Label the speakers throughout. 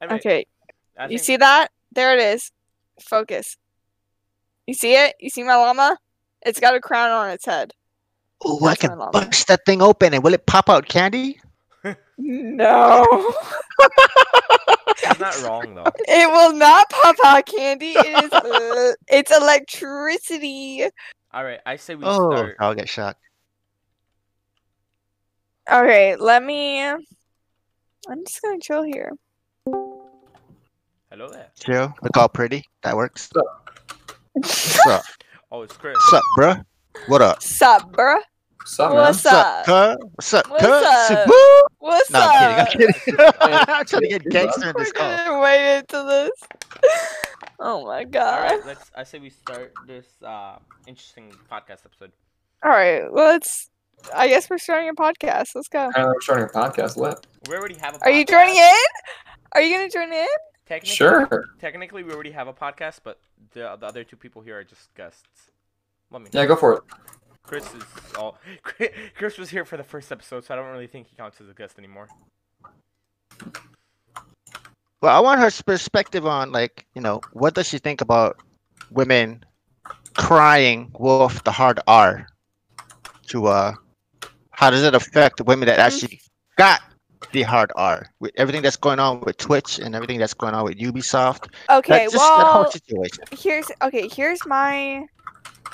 Speaker 1: I mean,
Speaker 2: Okay,
Speaker 1: I
Speaker 2: you
Speaker 1: think-
Speaker 2: see that? There it is. Focus. You see it? You see my llama? It's got a crown on its head.
Speaker 3: Ooh, I
Speaker 2: That's my
Speaker 3: can
Speaker 2: llama.
Speaker 3: bust that thing open and will it pop out candy?
Speaker 2: No.
Speaker 1: She's not wrong though.
Speaker 2: It will not pop out candy. It is uh, it's electricity.
Speaker 1: All right, I say we
Speaker 3: oh,
Speaker 1: start.
Speaker 3: I'll get shocked.
Speaker 2: Okay, let me I'm just gonna chill here.
Speaker 1: Hello there.
Speaker 3: Chill. Look all pretty. That works.
Speaker 1: Oh, it's Chris.
Speaker 3: What's up, bruh? What up?
Speaker 2: Sup, bruh?
Speaker 4: Sup, man?
Speaker 2: What's up?
Speaker 3: Cuh? What's up,
Speaker 2: What's
Speaker 3: cuh?
Speaker 2: up?
Speaker 3: Sup-
Speaker 2: What's
Speaker 3: No,
Speaker 2: up?
Speaker 3: I'm kidding. I'm kidding. I'm trying to get
Speaker 4: What's
Speaker 3: gangster in
Speaker 2: We're
Speaker 3: this call.
Speaker 2: gonna wait into this. Oh my
Speaker 1: All
Speaker 2: god.
Speaker 1: right, let's. I say we start this uh, interesting podcast episode.
Speaker 2: All right, well, let's. I guess we're starting a podcast. Let's go.
Speaker 4: Tyler, I'm starting a podcast. What?
Speaker 1: We already have a.
Speaker 2: Are you
Speaker 1: podcast.
Speaker 2: joining in? Are you gonna join in?
Speaker 1: Technically,
Speaker 4: Sure.
Speaker 1: Technically, we already have a podcast, but the, the other two people here are just guests. Let me.
Speaker 4: Yeah, go for it.
Speaker 1: Chris is all. Chris was here for the first episode, so I don't really think he counts as a guest anymore.
Speaker 3: Well, I want her s- perspective on like, you know, what does she think about women crying wolf the hard R to uh how does it affect the women that actually got the hard R with everything that's going on with Twitch and everything that's going on with Ubisoft.
Speaker 2: Okay.
Speaker 3: that's just that
Speaker 2: well,
Speaker 3: whole situation.
Speaker 2: here's okay. Here's my.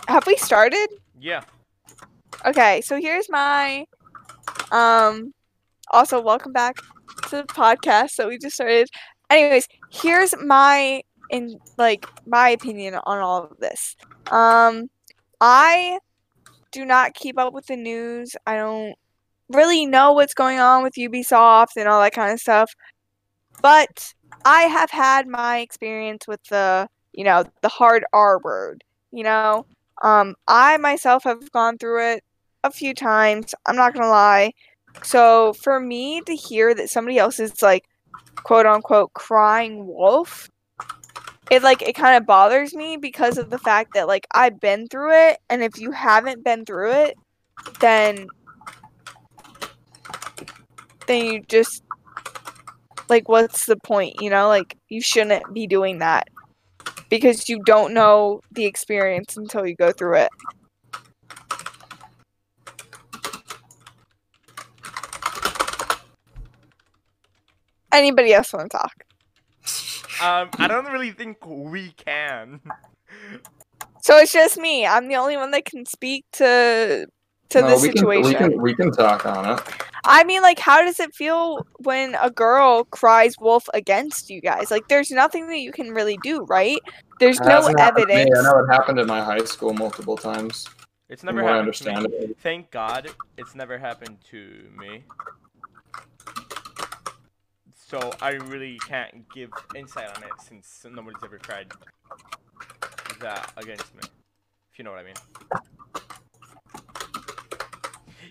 Speaker 2: Have we started?
Speaker 1: Yeah.
Speaker 2: Okay, so here's my um also welcome back to the podcast that we just started. Anyways, here's my in like my opinion on all of this. Um I do not keep up with the news. I don't really know what's going on with Ubisoft and all that kind of stuff. But I have had my experience with the, you know, the hard R word, you know. Um, I myself have gone through it a few times. I'm not gonna lie. So for me to hear that somebody else is like, quote unquote, crying wolf, it like it kind of bothers me because of the fact that like I've been through it, and if you haven't been through it, then then you just like what's the point you know like you shouldn't be doing that because you don't know the experience until you go through it. Anybody else want to talk?
Speaker 1: Um, I don't really think we can.
Speaker 2: So it's just me. I'm the only one that can speak to to
Speaker 4: No,
Speaker 2: this
Speaker 4: we can,
Speaker 2: situation.
Speaker 4: we can we can talk on it.
Speaker 2: I mean, like, how does it feel when a girl cries wolf against you guys? Like, there's nothing that you can really do, right? There's no
Speaker 4: Hasn't happened to me.
Speaker 2: evidence.
Speaker 4: I know it happened at my high school multiple times.
Speaker 1: It's
Speaker 4: From
Speaker 1: never
Speaker 4: what I
Speaker 1: happened. to me.
Speaker 4: understand, it.
Speaker 1: Thank God, it's never happened to me. So I really can't give insight on it since nobody's ever tried that against me. If you know what I mean.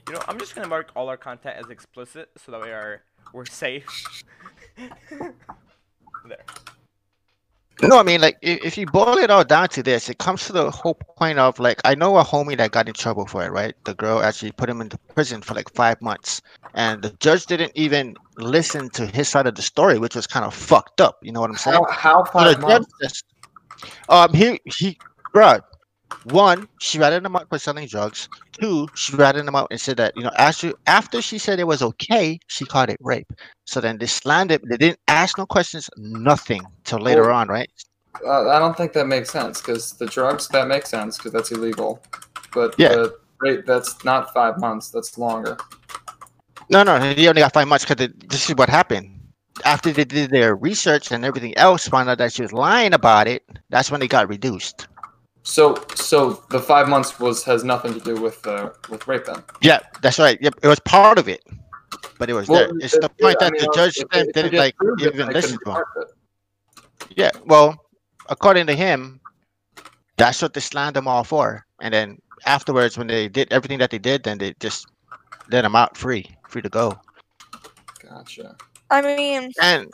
Speaker 1: You know, I'm just gonna mark all our content as explicit so that we are we're safe. there.
Speaker 3: No, I mean like if, if you boil it all down to this, it comes to the whole point of like I know a homie that got in trouble for it, right? The girl actually put him into prison for like five months, and the judge didn't even listen to his side of the story, which was kind of fucked up. You know what I'm saying?
Speaker 4: How how
Speaker 3: So the judge
Speaker 4: five months?
Speaker 3: just, um, he he, bruh, one, she ratted him out for selling drugs. Two, she ratted him out and said that you know after after she said it was okay, she called it rape. So then they slandered. They didn't ask no questions, nothing till later
Speaker 4: Well,
Speaker 3: on, right?
Speaker 4: Uh, I don't think that makes sense because the drugs that makes sense because that's illegal, but
Speaker 3: Yeah.
Speaker 4: the rate that's not five months. That's longer.
Speaker 3: No, no, he only got five months because this is what happened. After they did their research and everything else, found out that she was lying about it. That's when they got reduced.
Speaker 4: So so the five months was has nothing to do with uh, with rape then.
Speaker 3: Yeah, that's right. Yep, it was part of it, but it was
Speaker 4: Well,
Speaker 3: there. It's the
Speaker 4: if-
Speaker 3: point
Speaker 4: I
Speaker 3: that
Speaker 4: mean,
Speaker 3: the
Speaker 4: if-
Speaker 3: judge
Speaker 4: if
Speaker 3: then
Speaker 4: they
Speaker 3: didn't
Speaker 4: just
Speaker 3: like
Speaker 4: proved it,
Speaker 3: even
Speaker 4: they
Speaker 3: listen to
Speaker 4: couldn't
Speaker 3: him.
Speaker 4: charge it.
Speaker 3: Yeah, well, according to him, that's what they slammed them all for. And then afterwards, when they did everything that they did, then they just let them out free, free to go.
Speaker 4: Gotcha.
Speaker 2: I mean,
Speaker 3: And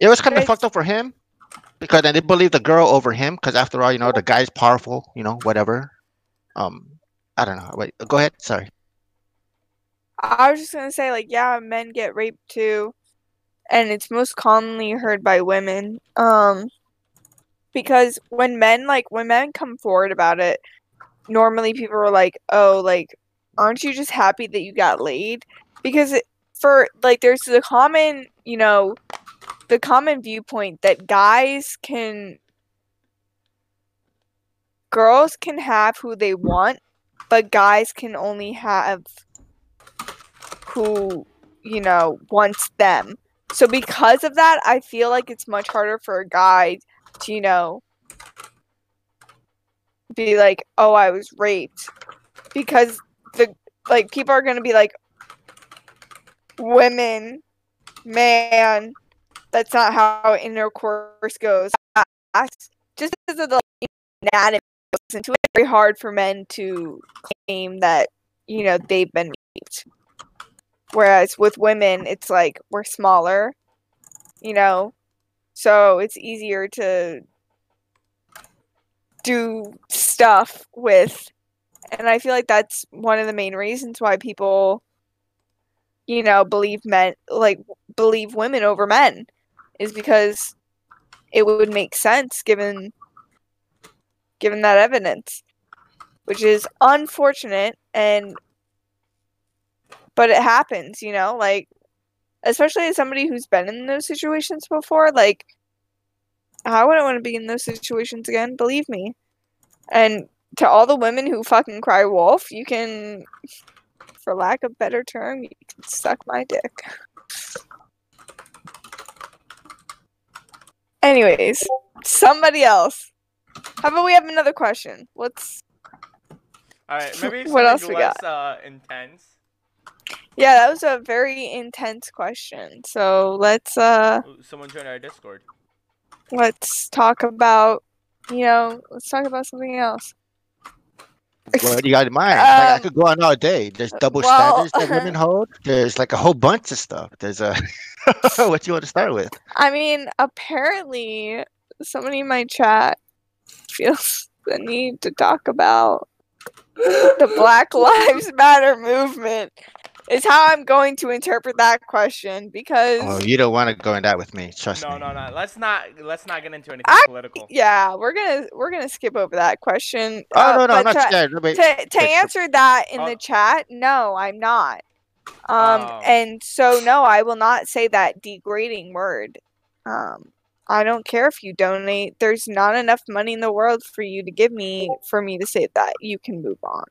Speaker 3: it was kind of
Speaker 2: Right.
Speaker 3: fucked up for him because then they believed the girl over him because after all, you know, the guy's powerful, you know, whatever. Um, I don't know. Wait, go ahead. Sorry.
Speaker 2: I was just gonna say, like, yeah, men get raped too, and it's most commonly heard by women. Um, because when men like when men come forward about it, normally people are like, "Oh, like, aren't you just happy that you got laid?" Because it, for like, there's the common, you know, the common viewpoint that guys can, girls can have who they want, but guys can only have who you know wants them. So because of that, I feel like it's much harder for a guy to you know be like, "Oh, I was raped," because the like people are gonna be like, "Women, man, that's not how intercourse goes." That's- Just because of the anatomy, goes into it, it's very hard for men to claim that you know they've been raped. Whereas with women, it's like we're smaller, you know, so it's easier to do stuff with. And I feel like that's one of the main reasons why people, you know, believe men, like, believe women over men, is because it would make sense given given that evidence which is unfortunate and but it happens, you know, like especially as somebody who's been in those situations before, like I wouldn't want to be in those situations again, believe me. And to all the women who fucking cry wolf, you can for lack of better term, you can suck my dick. Anyways, somebody else. How about we have another question? Let's
Speaker 1: All right, maybe
Speaker 2: What else
Speaker 1: something
Speaker 2: we
Speaker 1: less uh, intense.
Speaker 2: Yeah, that was a very intense question. So let's uh
Speaker 1: Ooh, Someone join our Discord.
Speaker 2: let's talk about you know let's talk about something else
Speaker 3: What do you got in mind? like, I
Speaker 2: Um,
Speaker 3: could go on all day. There's double
Speaker 2: well,
Speaker 3: standards that women hold. There's like a whole bunch of stuff. There's a what you want to start with?
Speaker 2: i mean apparently somebody in my chat feels the need to talk about the black lives matter movement is how i'm going to interpret that question because
Speaker 3: Oh, you don't want to go in that with me. Trust
Speaker 1: No,
Speaker 3: me.
Speaker 1: no, no. Let's not. Let's not get into anything
Speaker 2: I-
Speaker 1: political.
Speaker 2: yeah we're gonna we're gonna skip over that question
Speaker 3: Oh
Speaker 2: Uh,
Speaker 3: no, no, I'm
Speaker 2: but
Speaker 3: not
Speaker 2: to-
Speaker 3: scared. No, wait.
Speaker 2: to, to
Speaker 3: but-
Speaker 2: answer that in
Speaker 1: Oh.
Speaker 2: the chat, no, I'm not. Um,
Speaker 1: Oh.
Speaker 2: and so no, I will not say that degrading word. Um, I don't care if you donate. There's not enough money in the world for you to give me for me to say that. You can move on.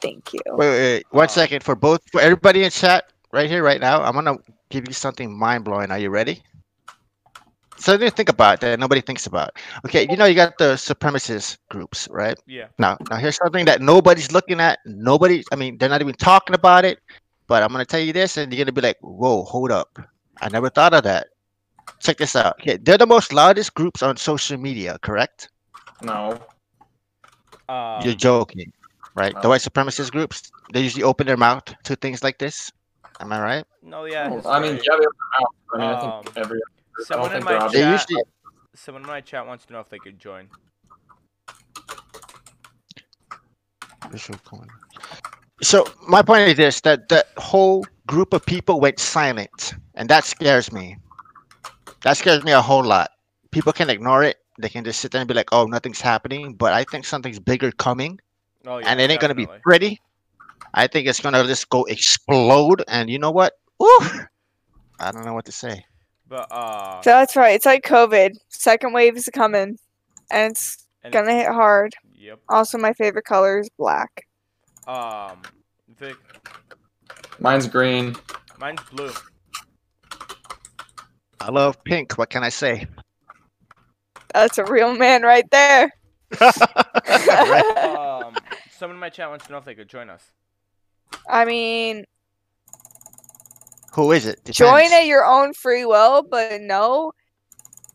Speaker 2: Thank you.
Speaker 3: Wait, wait, wait. One
Speaker 1: Oh.
Speaker 3: second for both for everybody in chat right here, right now. I'm gonna give you something mind blowing. Are you ready? Something to think about that nobody thinks about. Okay, you know you got the supremacist groups, right?
Speaker 1: Yeah.
Speaker 3: Now, now here's something that nobody's looking at. Nobody, I mean, they're not even talking about it. But I'm gonna tell you this, and you're gonna be like, "Whoa, hold up! I never thought of that." Check this out. Okay, they're the most loudest groups on social media, correct?
Speaker 4: No.
Speaker 1: Um,
Speaker 3: You're joking, right? The
Speaker 4: no.
Speaker 3: white supremacist groups, they usually open their mouth to things like this. Am I right?
Speaker 1: no, yeah.
Speaker 4: Well,
Speaker 1: he's
Speaker 4: I mean,
Speaker 1: right.
Speaker 4: yeah, they open their mouth. I mean, I
Speaker 1: Um,
Speaker 4: think every.
Speaker 1: someone
Speaker 4: think
Speaker 1: in
Speaker 4: they're
Speaker 1: my
Speaker 4: obvious.
Speaker 3: They
Speaker 1: chat.
Speaker 3: usually
Speaker 1: Someone in my chat wants to know if they could join.
Speaker 3: Bishop Cohen. So my point is this: that that whole group of people went silent, and that scares me. That scares me a whole lot. People can ignore it; they can just sit there and be like, "Oh, nothing's happening." But I think something's bigger coming,
Speaker 1: Oh yeah.
Speaker 3: and it ain't gonna be
Speaker 1: definitely.
Speaker 3: pretty. I think it's gonna just go explode, and you know what? Woo! I don't know what to say.
Speaker 1: But uh.
Speaker 2: So that's right. It's like COVID. Second wave is coming, and it's
Speaker 1: and
Speaker 2: gonna hit hard.
Speaker 1: Yep.
Speaker 2: Also, my favorite color is black.
Speaker 1: Um. Vic,
Speaker 4: Mine's green.
Speaker 1: mine's blue.
Speaker 3: I love pink. What can I say?
Speaker 2: That's a real man right there.
Speaker 3: Right.
Speaker 1: Um. someone in my chat wants to know if they could join us.
Speaker 2: I mean,
Speaker 3: Who is it?
Speaker 2: join
Speaker 3: Depends.
Speaker 2: at your own free will, but know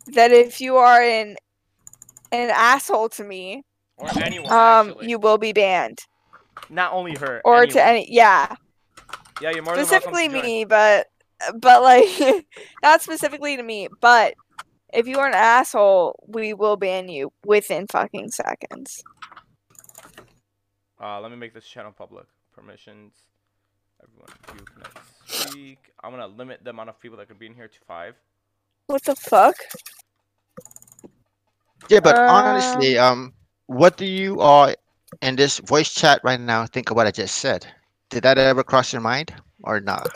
Speaker 2: that if you are an an asshole to me,
Speaker 1: Or anyone.
Speaker 2: um,
Speaker 1: actually.
Speaker 2: you will be banned.
Speaker 1: Not only her.
Speaker 2: Or to
Speaker 1: anyone.
Speaker 2: any, yeah,
Speaker 1: Yeah, you're more
Speaker 2: specifically
Speaker 1: than welcome to join.
Speaker 2: me, but but like not specifically to me, but if you are an asshole, we will ban you within fucking seconds.
Speaker 1: Uh, let me make this channel public. Permissions. Everyone, you can speak. I'm gonna limit the amount of people that could be in here to five.
Speaker 2: What the fuck?
Speaker 3: Yeah, but
Speaker 2: Uh,
Speaker 3: honestly, um, what do you all in this voice chat right now think of what I just said? Did that ever cross your mind or not?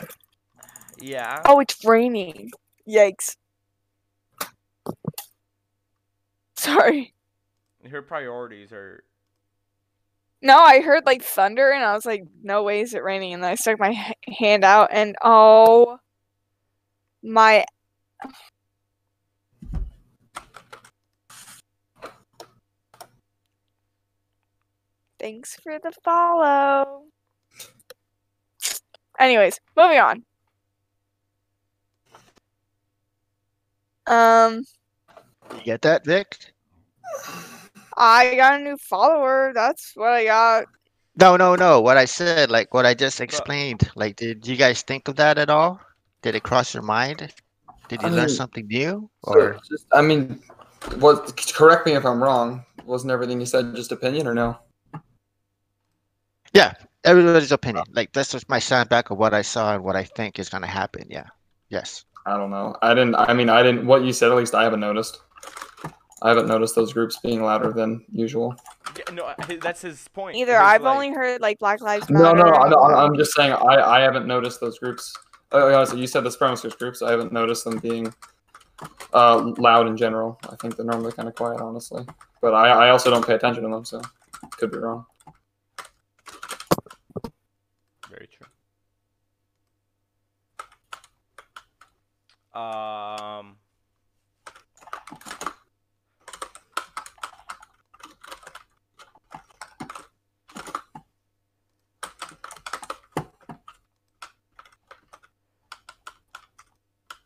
Speaker 1: Yeah.
Speaker 2: Oh, it's raining. Yikes. Sorry. Oh.
Speaker 1: Her priorities are.
Speaker 2: No, I heard like thunder and I was like, no way is it raining. And then I stuck my h- hand out and oh my. Thanks for the follow. Anyways, moving on. Um,
Speaker 3: You get that, Vic?
Speaker 2: I got a new follower. That's what I got.
Speaker 3: No, no, no. What I said, like what I just explained, like did you guys think of that at all? Did it cross your mind? Did you
Speaker 4: I
Speaker 3: learn
Speaker 4: mean,
Speaker 3: something new?
Speaker 4: Sure,
Speaker 3: Or
Speaker 4: just- I mean, what? Correct me if I'm wrong. Wasn't everything you said just opinion or no?
Speaker 3: everybody's opinion. Like that's just my soundback of what I saw and what I think is gonna happen. Yeah. Yes.
Speaker 4: I don't know. I didn't. I mean, I didn't. What you said, at least I haven't noticed. I haven't noticed those groups being louder than usual.
Speaker 1: Yeah, no, I- that's his point.
Speaker 2: Either
Speaker 1: his,
Speaker 2: I've
Speaker 1: like-
Speaker 2: only heard like Black Lives
Speaker 4: No,
Speaker 2: Matter.
Speaker 4: no, no, no. I'm just saying I, I haven't noticed those groups. Oh, yeah, so you said the supremacist groups. I haven't noticed them being uh, loud in general. I think they're normally kind of quiet, honestly. But I, I also don't pay attention to them, so could be wrong.
Speaker 1: Very true. Um.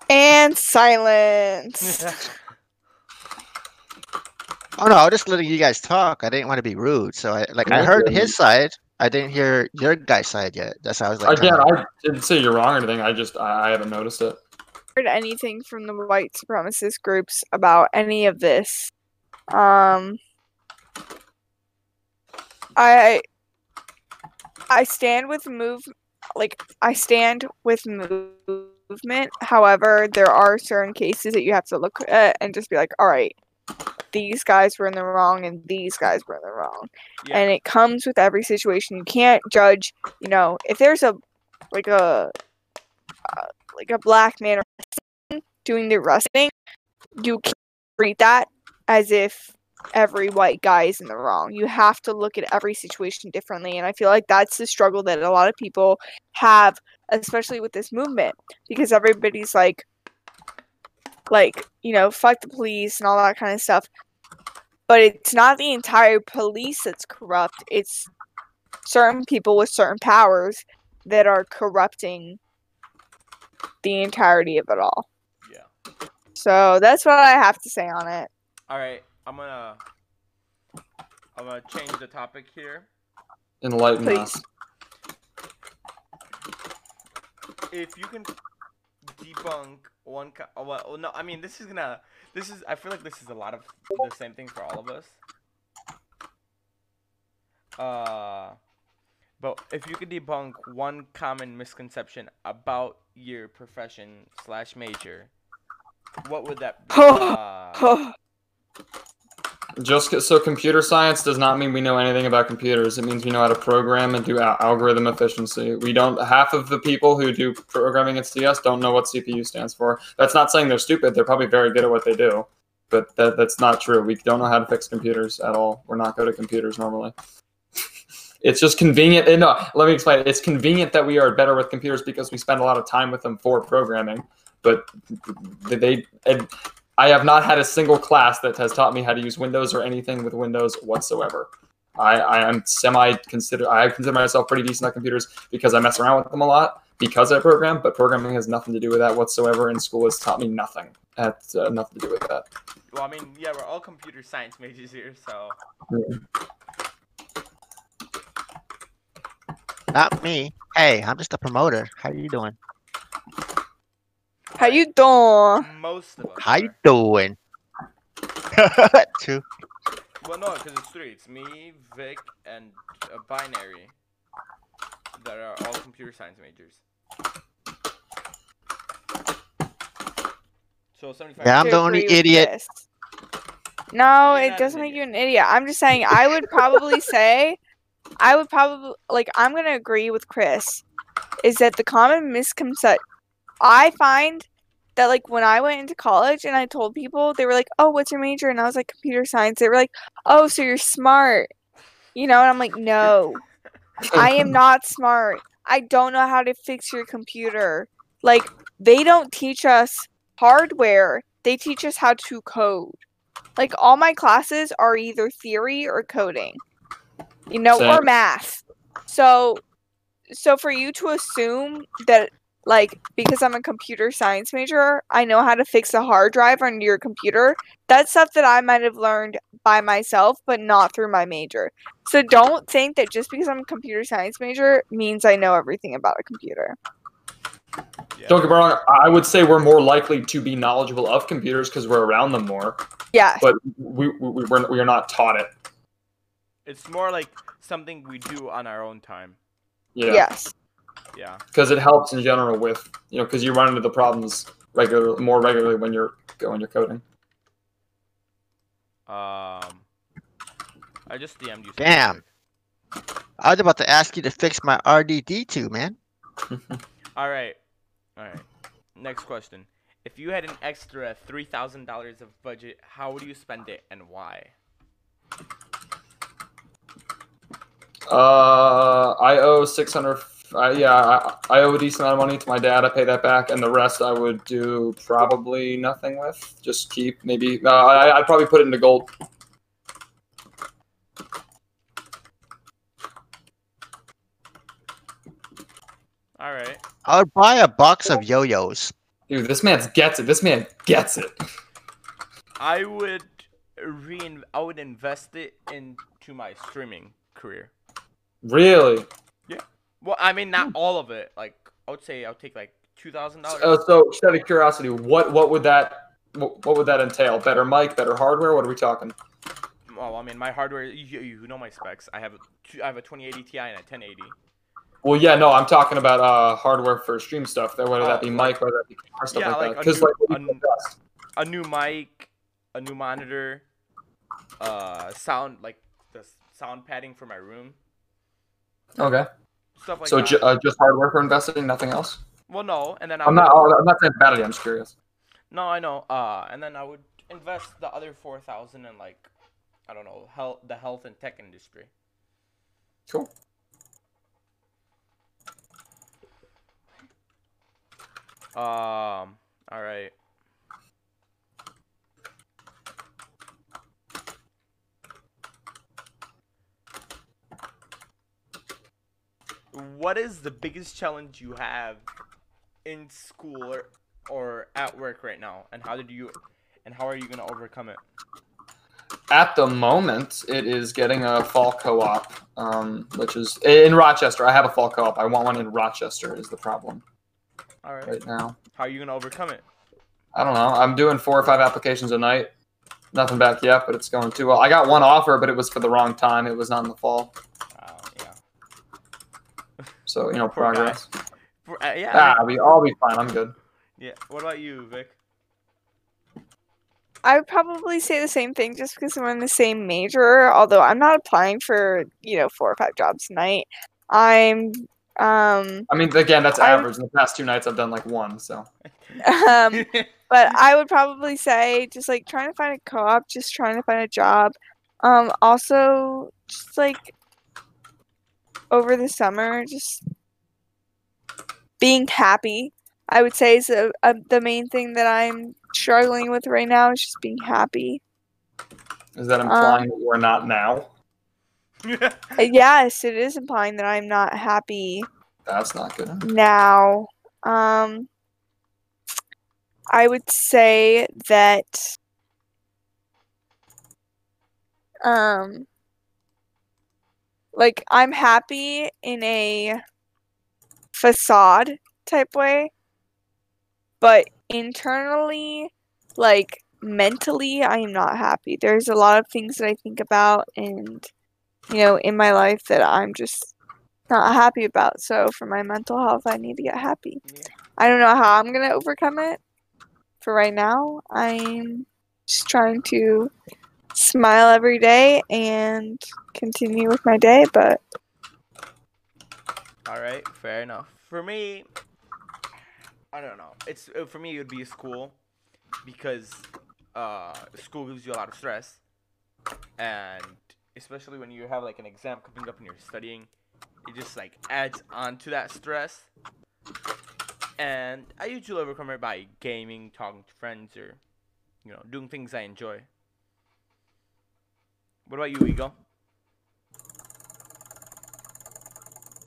Speaker 2: And silence.
Speaker 3: Oh no, I was just letting you guys talk. I didn't want to be rude. So I like I
Speaker 4: Yeah,
Speaker 3: heard
Speaker 4: yeah.
Speaker 3: his side. I didn't hear your guy's side yet. That's how I was like.
Speaker 4: Again,
Speaker 3: kinda-
Speaker 4: I didn't say you're wrong or anything. I just I, I haven't noticed it.
Speaker 2: heard anything from the white supremacist groups about any of this. Um, I I stand with move like I stand with move- movement. However, there are certain cases that you have to look at and just be like, all right, these guys were in the wrong and these guys were in the wrong.
Speaker 1: Yeah.
Speaker 2: And it comes with every situation. You can't judge, you know, if there's a like a uh, like a black man doing the wrestling, you can't treat that as if every white guy is in the wrong. You have to look at every situation differently. And I feel like that's the struggle that a lot of people have, especially with this movement, because everybody's like, like, you know, fuck the police and all that kind of stuff. But it's not the entire police that's corrupt, it's certain people with certain powers that are corrupting the entirety of it all.
Speaker 1: yeah.
Speaker 2: So that's what I have to say on it.
Speaker 1: All right. I'm gonna. I'm gonna change the topic here.
Speaker 4: Enlighten us.
Speaker 2: Please.
Speaker 1: If you can debunk one, co- oh, well, no, I mean this is gonna. This is. I feel like this is a lot of the same thing for all of us. Uh, but if you could debunk one common misconception about your profession slash major, what would that be? Uh,
Speaker 4: Just 'cause- so computer science does not mean we know anything about computers. It means we know how to program and do al- algorithm efficiency. We don't. Half of the people who do programming at CS don't know what CPU stands for. That's not saying they're stupid. They're probably very good at what they do, but that, that's not true. We don't know how to fix computers at all. We're not good at computers normally. It's just convenient. and No, let me explain. It's convenient that we are better with computers because we spend a lot of time with them for programming. But they, and I have not had a single class that has taught me how to use Windows or anything with Windows whatsoever. I, I am semi consider I consider myself pretty decent at computers because I mess around with them a lot because I program, but programming has nothing to do with that whatsoever. And school has taught me nothing. That's uh, nothing to do with that.
Speaker 1: well, I mean, yeah, we're all computer science majors here, so.
Speaker 3: Not me. Hey, I'm just a promoter. How you doing?
Speaker 2: How you doing?
Speaker 1: Most of us.
Speaker 3: How you
Speaker 1: are.
Speaker 3: doing? Two.
Speaker 1: Well, no, because it's three. It's me, Vic, and uh, Binary. That are all computer science majors. So 75.
Speaker 3: Yeah, I'm
Speaker 2: to
Speaker 3: the only
Speaker 2: agree with
Speaker 3: idiot.
Speaker 2: this.
Speaker 1: You're
Speaker 2: No,
Speaker 1: not
Speaker 2: it
Speaker 1: an
Speaker 2: doesn't make you an idiot. I'm just saying I would probably say I would probably like I'm going to agree with Chris is that the common misconception I find that like when I went into college and I told people they were like, "Oh, what's your major?" and I was like, "Computer science." They were like, "Oh, so you're smart." You know, and I'm like, "No. I am not smart. I don't know how to fix your computer." Like they don't teach us hardware. They teach us how to code. Like all my classes are either theory or coding. You know, or
Speaker 4: Same.
Speaker 2: math. So so for you to assume that like because I'm a computer science major, I know how to fix a hard drive on your computer. That's stuff that I might have learned by myself, but not through my major. So don't think that just because I'm a computer science major means I know everything about a computer.
Speaker 1: Yeah.
Speaker 4: Don't get me wrong. I would say we're more likely to be knowledgeable of computers because we're around them more,
Speaker 2: Yes.
Speaker 4: but we we, we, we're, we are not taught it.
Speaker 1: It's more like something we do on our own time.
Speaker 4: Yeah,
Speaker 2: Yes.
Speaker 1: Yeah.
Speaker 4: because it helps in general with you know because you run into the problems regular more regularly when you're when you're coding.
Speaker 1: Um. I just DM'd you. something
Speaker 3: Damn.
Speaker 1: quick.
Speaker 3: I was about to ask you to fix my RDD2, man.
Speaker 1: All right. All right. Next question. If you had an extra three thousand dollars of budget, how would you spend it and why?
Speaker 4: Uh, I owe six hundred. Uh, yeah, I, I owe a decent amount of money to my dad. I pay that back, and the rest I would do probably nothing with. Just keep maybe. Uh, I, I'd probably put it into gold.
Speaker 1: All right.
Speaker 3: I would buy a box of yo-yos.
Speaker 4: Dude, this man gets it. This man gets it.
Speaker 1: I would rein. I would invest it into my streaming career.
Speaker 4: Really?
Speaker 1: Well, I mean, not all of it. Like, I would say I'll take like two thousand
Speaker 4: Uh,
Speaker 1: dollars.
Speaker 4: Hmm. so, just out of curiosity, what what would that what, what would that entail? Better mic, better hardware. What are we talking?
Speaker 1: Well, Oh, I mean, my hardware. You, you know my specs. I have a, two- I have a 2080 Ti and a 1080.
Speaker 4: Well, yeah, no, I'm talking about uh hardware for stream stuff. That whether that
Speaker 1: Oh,
Speaker 4: be
Speaker 1: like-
Speaker 4: mic, whether that be camera, stuff
Speaker 1: Yeah, like
Speaker 4: like, that.
Speaker 1: a
Speaker 4: Because
Speaker 1: new-
Speaker 4: like, what
Speaker 1: a
Speaker 4: do
Speaker 1: new-
Speaker 4: you invest?
Speaker 1: A new mic, a new monitor, uh, sound like the s- sound padding for my room,
Speaker 4: okay.
Speaker 1: stuff like
Speaker 4: so
Speaker 1: that.
Speaker 4: ju- uh, just hardware for investing, nothing else.
Speaker 1: well, no, and then I
Speaker 4: I'm
Speaker 1: would,
Speaker 4: not. oh, I'm not saying it's a bad idea. I'm just curious.
Speaker 1: No, I know. Uh, and then I would invest the other four thousand in like, I don't know, health, the health and tech industry.
Speaker 4: Cool.
Speaker 1: Um. All right. What is the biggest challenge you have in school or, or at work right now, and how did you, and how are you gonna overcome it?
Speaker 4: At the moment, it is getting a fall co-op, um, which is in Rochester. I have a fall co-op. I want one in Rochester. Is the problem
Speaker 1: All right.
Speaker 4: right now?
Speaker 1: How are you gonna overcome it?
Speaker 4: I don't know. I'm doing four or five applications a night. Nothing back yet, but it's going too well. I got one offer, but it was for the wrong time. It was not in the fall,
Speaker 1: Uh, yeah.
Speaker 4: so you know
Speaker 1: Poor guy.
Speaker 4: progress.
Speaker 1: For, uh, yeah. I
Speaker 4: Ah,
Speaker 1: mean-
Speaker 4: I'll be, I'll be fine. I'm good.
Speaker 1: yeah. What about you, Vic?
Speaker 2: I would probably say the same thing just because I'm in the same major, although I'm not applying for, you know, four or five jobs a night. I'm um
Speaker 4: I mean, again, that's
Speaker 2: I-
Speaker 4: average. In the past two nights, I've done like one. So
Speaker 2: um but I would probably say just like trying to find a co-op, just trying to find a job. Um also just like over the summer just being happy. I would say is a, a, the main thing that I'm struggling with right now is just being happy.
Speaker 4: is that implying that we're not now?
Speaker 2: Uh, Yes, it is implying that I'm not happy
Speaker 4: That's not good.
Speaker 2: now. Um, I would say that um, like I'm happy in a facade type way, but internally, like mentally, I am not happy. There's a lot of things that I think about and you know in my life that I'm just not happy about. So for my mental health, I need to get happy.
Speaker 1: Yeah.
Speaker 2: I don't know how I'm gonna overcome it, for right now, I'm just trying to smile every day and continue with my day, but
Speaker 1: All right, fair enough. For me, I don't know. It's uh, for me it would be school because uh, school gives you a lot of stress, and especially when you have like an exam coming up and you're studying, it just like adds on to that stress. And I usually overcome it by gaming, talking to friends, or you know, doing things I enjoy. What about you, Eagle?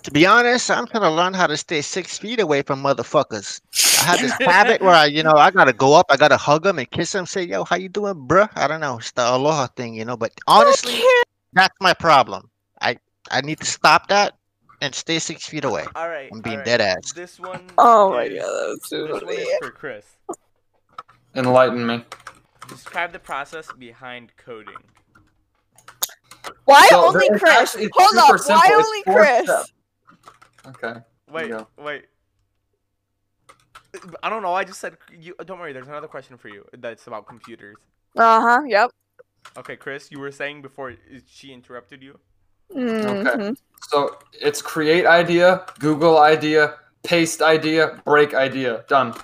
Speaker 3: To be honest, I'm trying to learn how to stay six feet away from motherfuckers. I have this habit where I, you know, I gotta go up, I gotta hug them and kiss them, say, "Yo, how you doing, bruh?" I don't know, it's the aloha thing, you know. But honestly, that's my problem. I I need to stop that and stay six feet away.
Speaker 1: All right,
Speaker 3: I'm being
Speaker 1: all right.
Speaker 3: dead ass.
Speaker 1: This one.
Speaker 2: oh my
Speaker 1: is-
Speaker 2: god, that's
Speaker 1: This one
Speaker 2: totally
Speaker 1: is for Chris.
Speaker 4: Enlighten me.
Speaker 1: Describe the process behind coding.
Speaker 2: Why
Speaker 4: So,
Speaker 2: only
Speaker 4: it's
Speaker 2: Chris?
Speaker 4: actually- it's
Speaker 2: Hold
Speaker 4: super
Speaker 2: up,
Speaker 4: simple.
Speaker 2: why
Speaker 4: It's
Speaker 2: only
Speaker 4: four
Speaker 2: Chris?
Speaker 4: steps. Okay.
Speaker 1: Wait,
Speaker 4: No.
Speaker 1: wait. I don't know. I just said you. Don't worry. There's another question for you that's about computers.
Speaker 2: Uh huh. Yep.
Speaker 1: Okay, Chris, you were saying before she interrupted you.
Speaker 2: Mhm.
Speaker 4: So it's create idea, Google idea, paste idea, break idea. Done.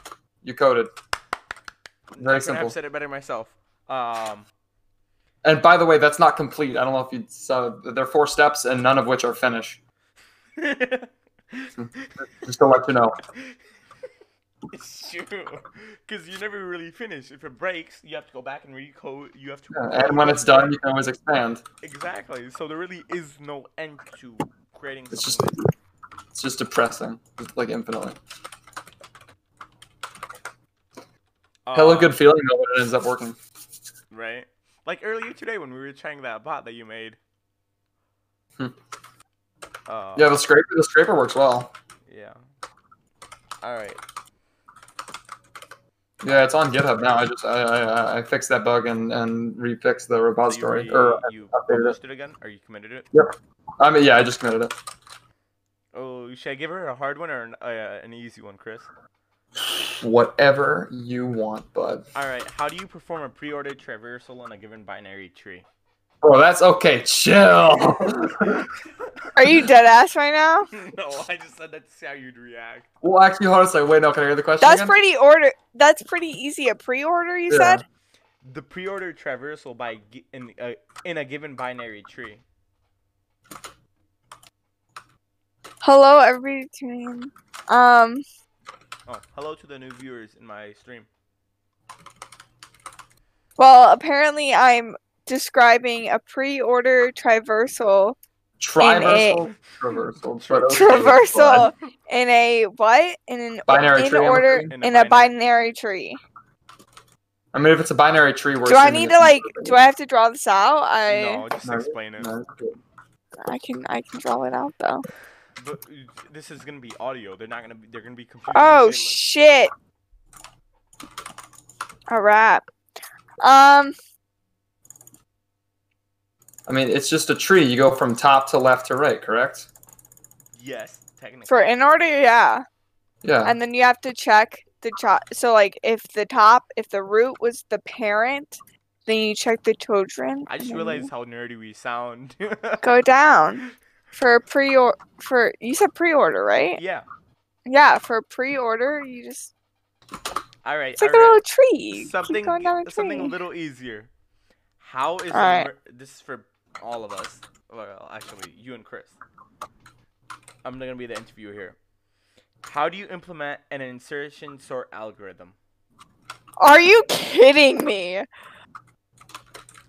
Speaker 4: You coded. Very
Speaker 1: I could
Speaker 4: simple.
Speaker 1: have said it better myself. Um,
Speaker 4: And by the way, that's not complete. I don't know if you saw. There are four steps, and none of which are finished. Just to let you know.
Speaker 1: it's true, because you never really finish. If it breaks, you have to go back and recode. You have to.
Speaker 4: Yeah, And when it's done, you can always expand.
Speaker 1: Exactly. So there really is no end to creating.
Speaker 4: It's just,
Speaker 1: something.
Speaker 4: it's just depressing, It's like infinitely. Hella
Speaker 1: Uh,
Speaker 4: good feeling though when it ends up working.
Speaker 1: Right? Like earlier today when we were trying that bot that you made.
Speaker 4: Hmm.
Speaker 1: Uh,
Speaker 4: Yeah, the scraper, the scraper works well.
Speaker 1: Yeah. All right.
Speaker 4: Yeah, it's on GitHub now. I just, I, I, I- I fixed that bug and and refixed the
Speaker 1: So you,
Speaker 4: repository.
Speaker 1: re-
Speaker 4: Or,
Speaker 1: you
Speaker 4: updated it.
Speaker 1: published it again? Or you committed it?
Speaker 4: I mean, yeah, I just committed it.
Speaker 1: Oh, should I give her a hard one or an, uh, an easy one, Chris?
Speaker 4: Whatever you want, bud.
Speaker 1: All right. How do you perform a pre-order traversal on a given binary tree?
Speaker 4: Bro, that's okay. Chill.
Speaker 2: Are you dead ass right now?
Speaker 1: no, I just said that's how you'd react.
Speaker 4: well, actually, hold on a second. Wait, no, can I hear the question?
Speaker 2: That's
Speaker 4: again?
Speaker 2: pretty order. That's pretty easy. A pre-order, you
Speaker 4: Yeah.
Speaker 2: said.
Speaker 1: The pre-order traversal by gi- in uh, in a given binary tree.
Speaker 2: Hello, everybody tuning. in. Um,
Speaker 1: Oh, hello to the new viewers in my stream.
Speaker 2: well, apparently I'm describing a pre-order traversal
Speaker 4: Triversal, traversal, but okay.
Speaker 2: eh? traversal in a what? In an
Speaker 4: Binary
Speaker 2: in
Speaker 4: tree, I'm
Speaker 2: order
Speaker 4: assuming.
Speaker 1: In a
Speaker 2: in a
Speaker 1: binary-
Speaker 2: binary tree.
Speaker 4: I mean, if it's a binary tree, we're
Speaker 2: Do I
Speaker 4: assuming
Speaker 2: need
Speaker 4: it's
Speaker 2: to like?
Speaker 4: not-
Speaker 2: Do I have to draw this out? I
Speaker 1: No, just
Speaker 4: No,
Speaker 1: explain it.
Speaker 4: No, it's good.
Speaker 2: I can I can draw it out though.
Speaker 1: But uh, this is gonna be audio. They're not gonna be. They're gonna be confused.
Speaker 2: Oh shit! A wrap. Um.
Speaker 4: I mean, it's just a tree. You go from top to left to right, correct?
Speaker 1: yes, technically.
Speaker 2: For in order, yeah.
Speaker 4: Yeah.
Speaker 2: And then you have to check the child. So like, if the top, if the root was the parent, then you check the children.
Speaker 1: I just
Speaker 2: and then
Speaker 1: realized how nerdy we sound.
Speaker 2: you Go down for pre or for you said pre-order, right?
Speaker 1: yeah.
Speaker 2: Yeah, for pre-order, you just
Speaker 1: All right.
Speaker 2: it's like
Speaker 1: all
Speaker 2: a
Speaker 1: right.
Speaker 2: little tree.
Speaker 1: Something.
Speaker 2: Keep going down a
Speaker 1: something a
Speaker 2: tree.
Speaker 1: little easier. How is the
Speaker 2: All right.
Speaker 1: mer- this is for all of us? Well, actually, you and Chris. I'm gonna be the interviewer here. How do you implement an insertion sort algorithm?
Speaker 2: Are you kidding me?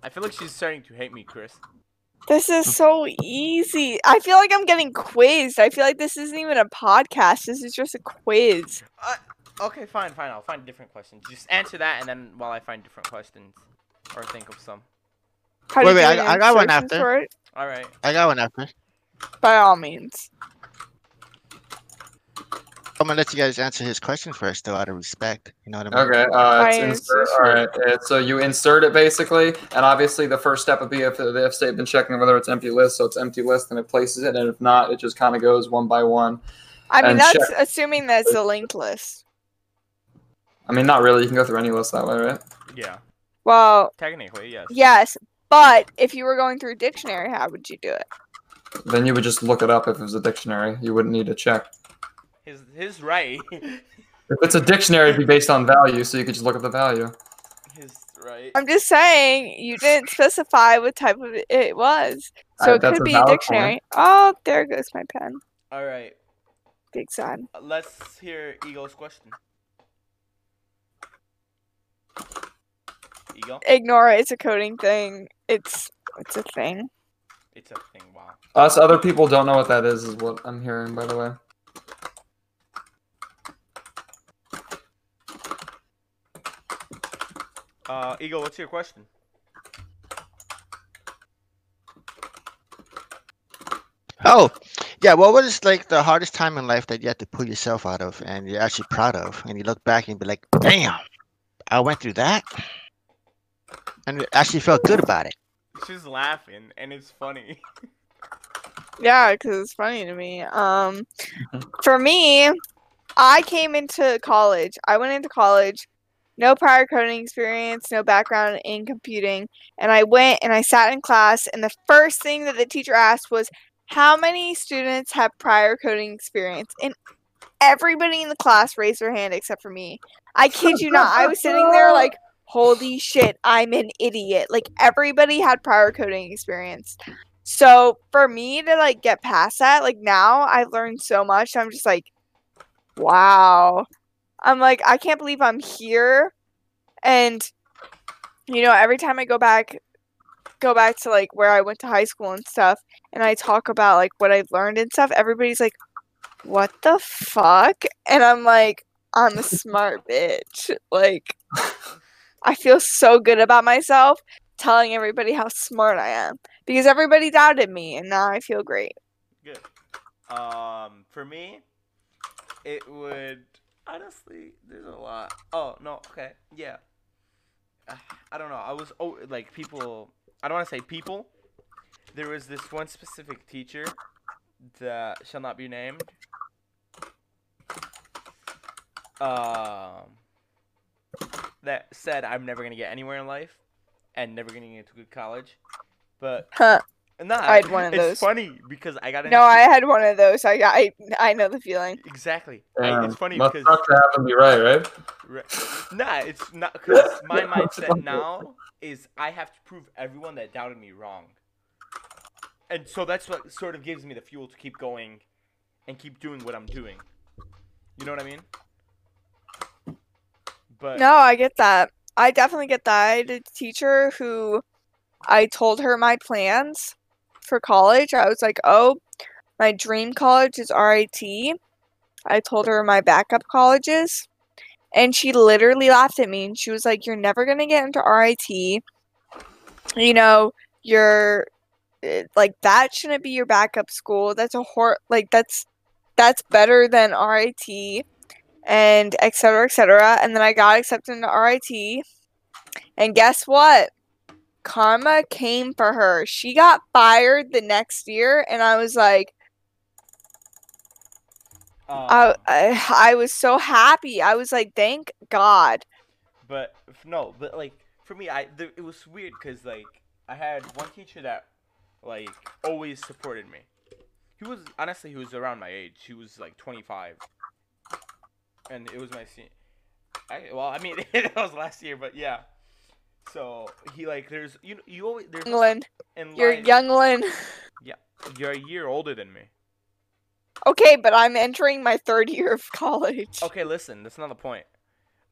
Speaker 1: I feel like she's starting to hate me, Chris.
Speaker 2: This is so easy. I feel like I'm getting quizzed. I feel like this isn't even a podcast. This is just a quiz.
Speaker 1: Uh, okay, fine, fine. I'll find different questions. Just answer that, and then while I find different questions, or think of some.
Speaker 2: How
Speaker 3: Wait, wait,
Speaker 2: do
Speaker 3: I-
Speaker 2: an
Speaker 3: I got one
Speaker 2: insertion
Speaker 3: after.
Speaker 2: sort?
Speaker 1: All right.
Speaker 3: I got one after.
Speaker 2: By all means.
Speaker 3: I'm gonna let you guys answer his question first, though, out of respect. You know what I mean?
Speaker 4: Okay. Uh, it's
Speaker 2: Right,
Speaker 4: insert,
Speaker 2: it's
Speaker 4: all right. uh, so you insert it basically, and obviously the first step would be if the if statement checking whether it's empty list. So it's empty list, then it places it, and if not, it just kind of goes one by one.
Speaker 2: I mean,
Speaker 4: And
Speaker 2: that's
Speaker 4: check-
Speaker 2: assuming that's a linked list.
Speaker 4: I mean, not really. You can go through any list that way, right?
Speaker 1: Yeah.
Speaker 2: Well,
Speaker 1: Technically, yes.
Speaker 2: yes, but if you were going through a dictionary, how would you do it?
Speaker 4: Then you would just look it up if it was a dictionary. You wouldn't need to check.
Speaker 1: His his right.
Speaker 4: If it's a dictionary, it'd be based on value, so you could just look up the value.
Speaker 1: his right.
Speaker 2: I'm just saying you didn't specify what type of it- it was,
Speaker 4: Uh,
Speaker 2: so it
Speaker 4: that's
Speaker 2: could
Speaker 4: a
Speaker 2: be a
Speaker 4: valid point.
Speaker 2: dictionary. Oh, there goes my pen.
Speaker 1: All right.
Speaker 2: Big sad.
Speaker 1: Let's hear Eagle's question. Eagle,
Speaker 2: Ignore it. It's a coding thing. It's it's a thing.
Speaker 1: it's a thing. Wow.
Speaker 4: Us other people don't know what that is, is what I'm hearing, by the way.
Speaker 1: Uh, Eagle, what's your question?
Speaker 3: Oh, yeah. What was like the hardest time in life that you had to pull yourself out of and you're actually proud of? And you look back and be like, damn, I went through that. And it actually felt good about it.
Speaker 1: She's laughing, and it's funny.
Speaker 2: Yeah, because it's funny to me. Um, for me, I came into college. I went into college, no prior coding experience, no background in computing, and I went and I sat in class. And the first thing that the teacher asked was, "How many students have prior coding experience?" And everybody in the class raised their hand except for me. I kid you not. I was sitting there like, "Holy shit, I'm an idiot!" Like everybody had prior coding experience. So for me to like get past that, like now I've learned so much. I'm just like, wow. I'm like, I can't believe I'm here. And you know, every time I go back go back to like where I went to high school and stuff and I talk about like what I've learned and stuff, everybody's like, What the fuck? And I'm like, I'm a smart bitch. Like I feel so good about myself telling everybody how smart I am because everybody doubted me and now I feel great.
Speaker 1: Good. Um, for me, it would honestly. There's a lot. Oh no. Okay. Yeah. Uh, I don't know. I was oh like people. I don't want to say people. There was this one specific teacher that shall not be named. Um, that said, I'm never gonna get anywhere in life, and never gonna get to good college. But
Speaker 2: Huh.
Speaker 1: no,
Speaker 2: I had one of
Speaker 1: it's
Speaker 2: those.
Speaker 1: funny because I got into
Speaker 2: No, I had one of those. I got, I, I know the feeling.
Speaker 1: Exactly. I,
Speaker 4: Damn.
Speaker 1: it's funny
Speaker 4: Must
Speaker 1: because
Speaker 4: suck to have them be right, right?
Speaker 1: re- nah, it's not because my mindset
Speaker 4: Fuck.
Speaker 1: now is I have to prove everyone that doubted me wrong, and so that's what sort of gives me the fuel to keep going, and keep doing what I'm doing. You know what I mean? But
Speaker 2: No, I get that. I definitely get that. I had a teacher who I told her my plans for college. I was like, oh, my dream college is RIT. I told her my backup colleges. And she literally laughed at me and she was like, You're never going to get into RIT. You know, you're eh, like, that shouldn't be your backup school. That's a hor, like, that's, that's better than RIT and et cetera, et cetera. And then I got accepted into RIT. And guess what? Karma came for her. She got fired the next year, and I was like,
Speaker 1: um,
Speaker 2: I, I, I was so happy. I was like, thank God.
Speaker 1: But f- no, but like for me, I th- it was weird because like I had one teacher that like always supported me. He was honestly he was around my age. He was like 25, and it was my senior. I, well, I mean that was last year, but yeah. So he like there's you know, you always there's
Speaker 2: Younglin,
Speaker 1: in
Speaker 2: you're
Speaker 1: life-
Speaker 2: younglin.
Speaker 1: You're a year older than me.
Speaker 2: Okay, but I'm entering my third year of college.
Speaker 1: Okay, listen, that's not the point.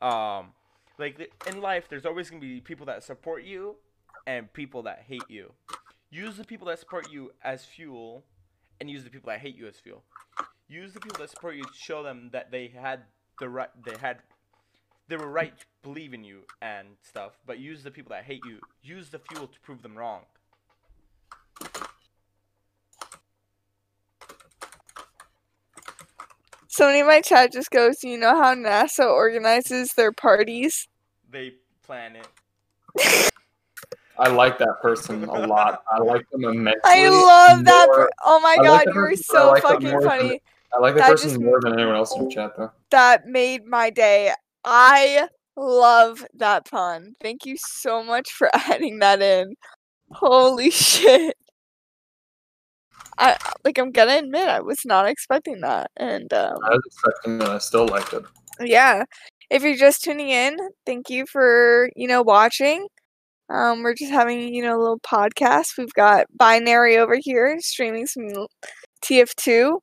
Speaker 1: Um, like th- in life, there's always gonna be people that support you and people that hate you. Use the people that support you as fuel, and use the people that hate you as fuel. Use the people that support you to show them that they had the right, they had, they were right to believe in you and stuff. But use the people that hate you. Use the fuel to prove them wrong.
Speaker 2: Somebody in my chat just goes, "You know how NASA organizes their parties?"
Speaker 1: They plan it.
Speaker 4: I like that person a lot. I like them immensely.
Speaker 2: I love that.
Speaker 4: more-
Speaker 2: per- oh my
Speaker 4: I like
Speaker 2: God,
Speaker 4: that
Speaker 2: you were
Speaker 4: person, but I
Speaker 2: so
Speaker 4: like that
Speaker 2: fucking
Speaker 4: more than
Speaker 2: funny.
Speaker 4: I like the
Speaker 2: That
Speaker 4: person
Speaker 2: just-
Speaker 4: more than anyone else in the chat, though.
Speaker 2: that made my day. I love that pun. Thank you so much for adding that in. Holy shit. I like I'm gonna admit I was not expecting that. And um
Speaker 4: I was expecting that. I still liked it.
Speaker 2: yeah. If you're just tuning in, thank you for, you know, watching. Um, we're just having, you know, a little podcast. We've got binary over here streaming some l- TF2.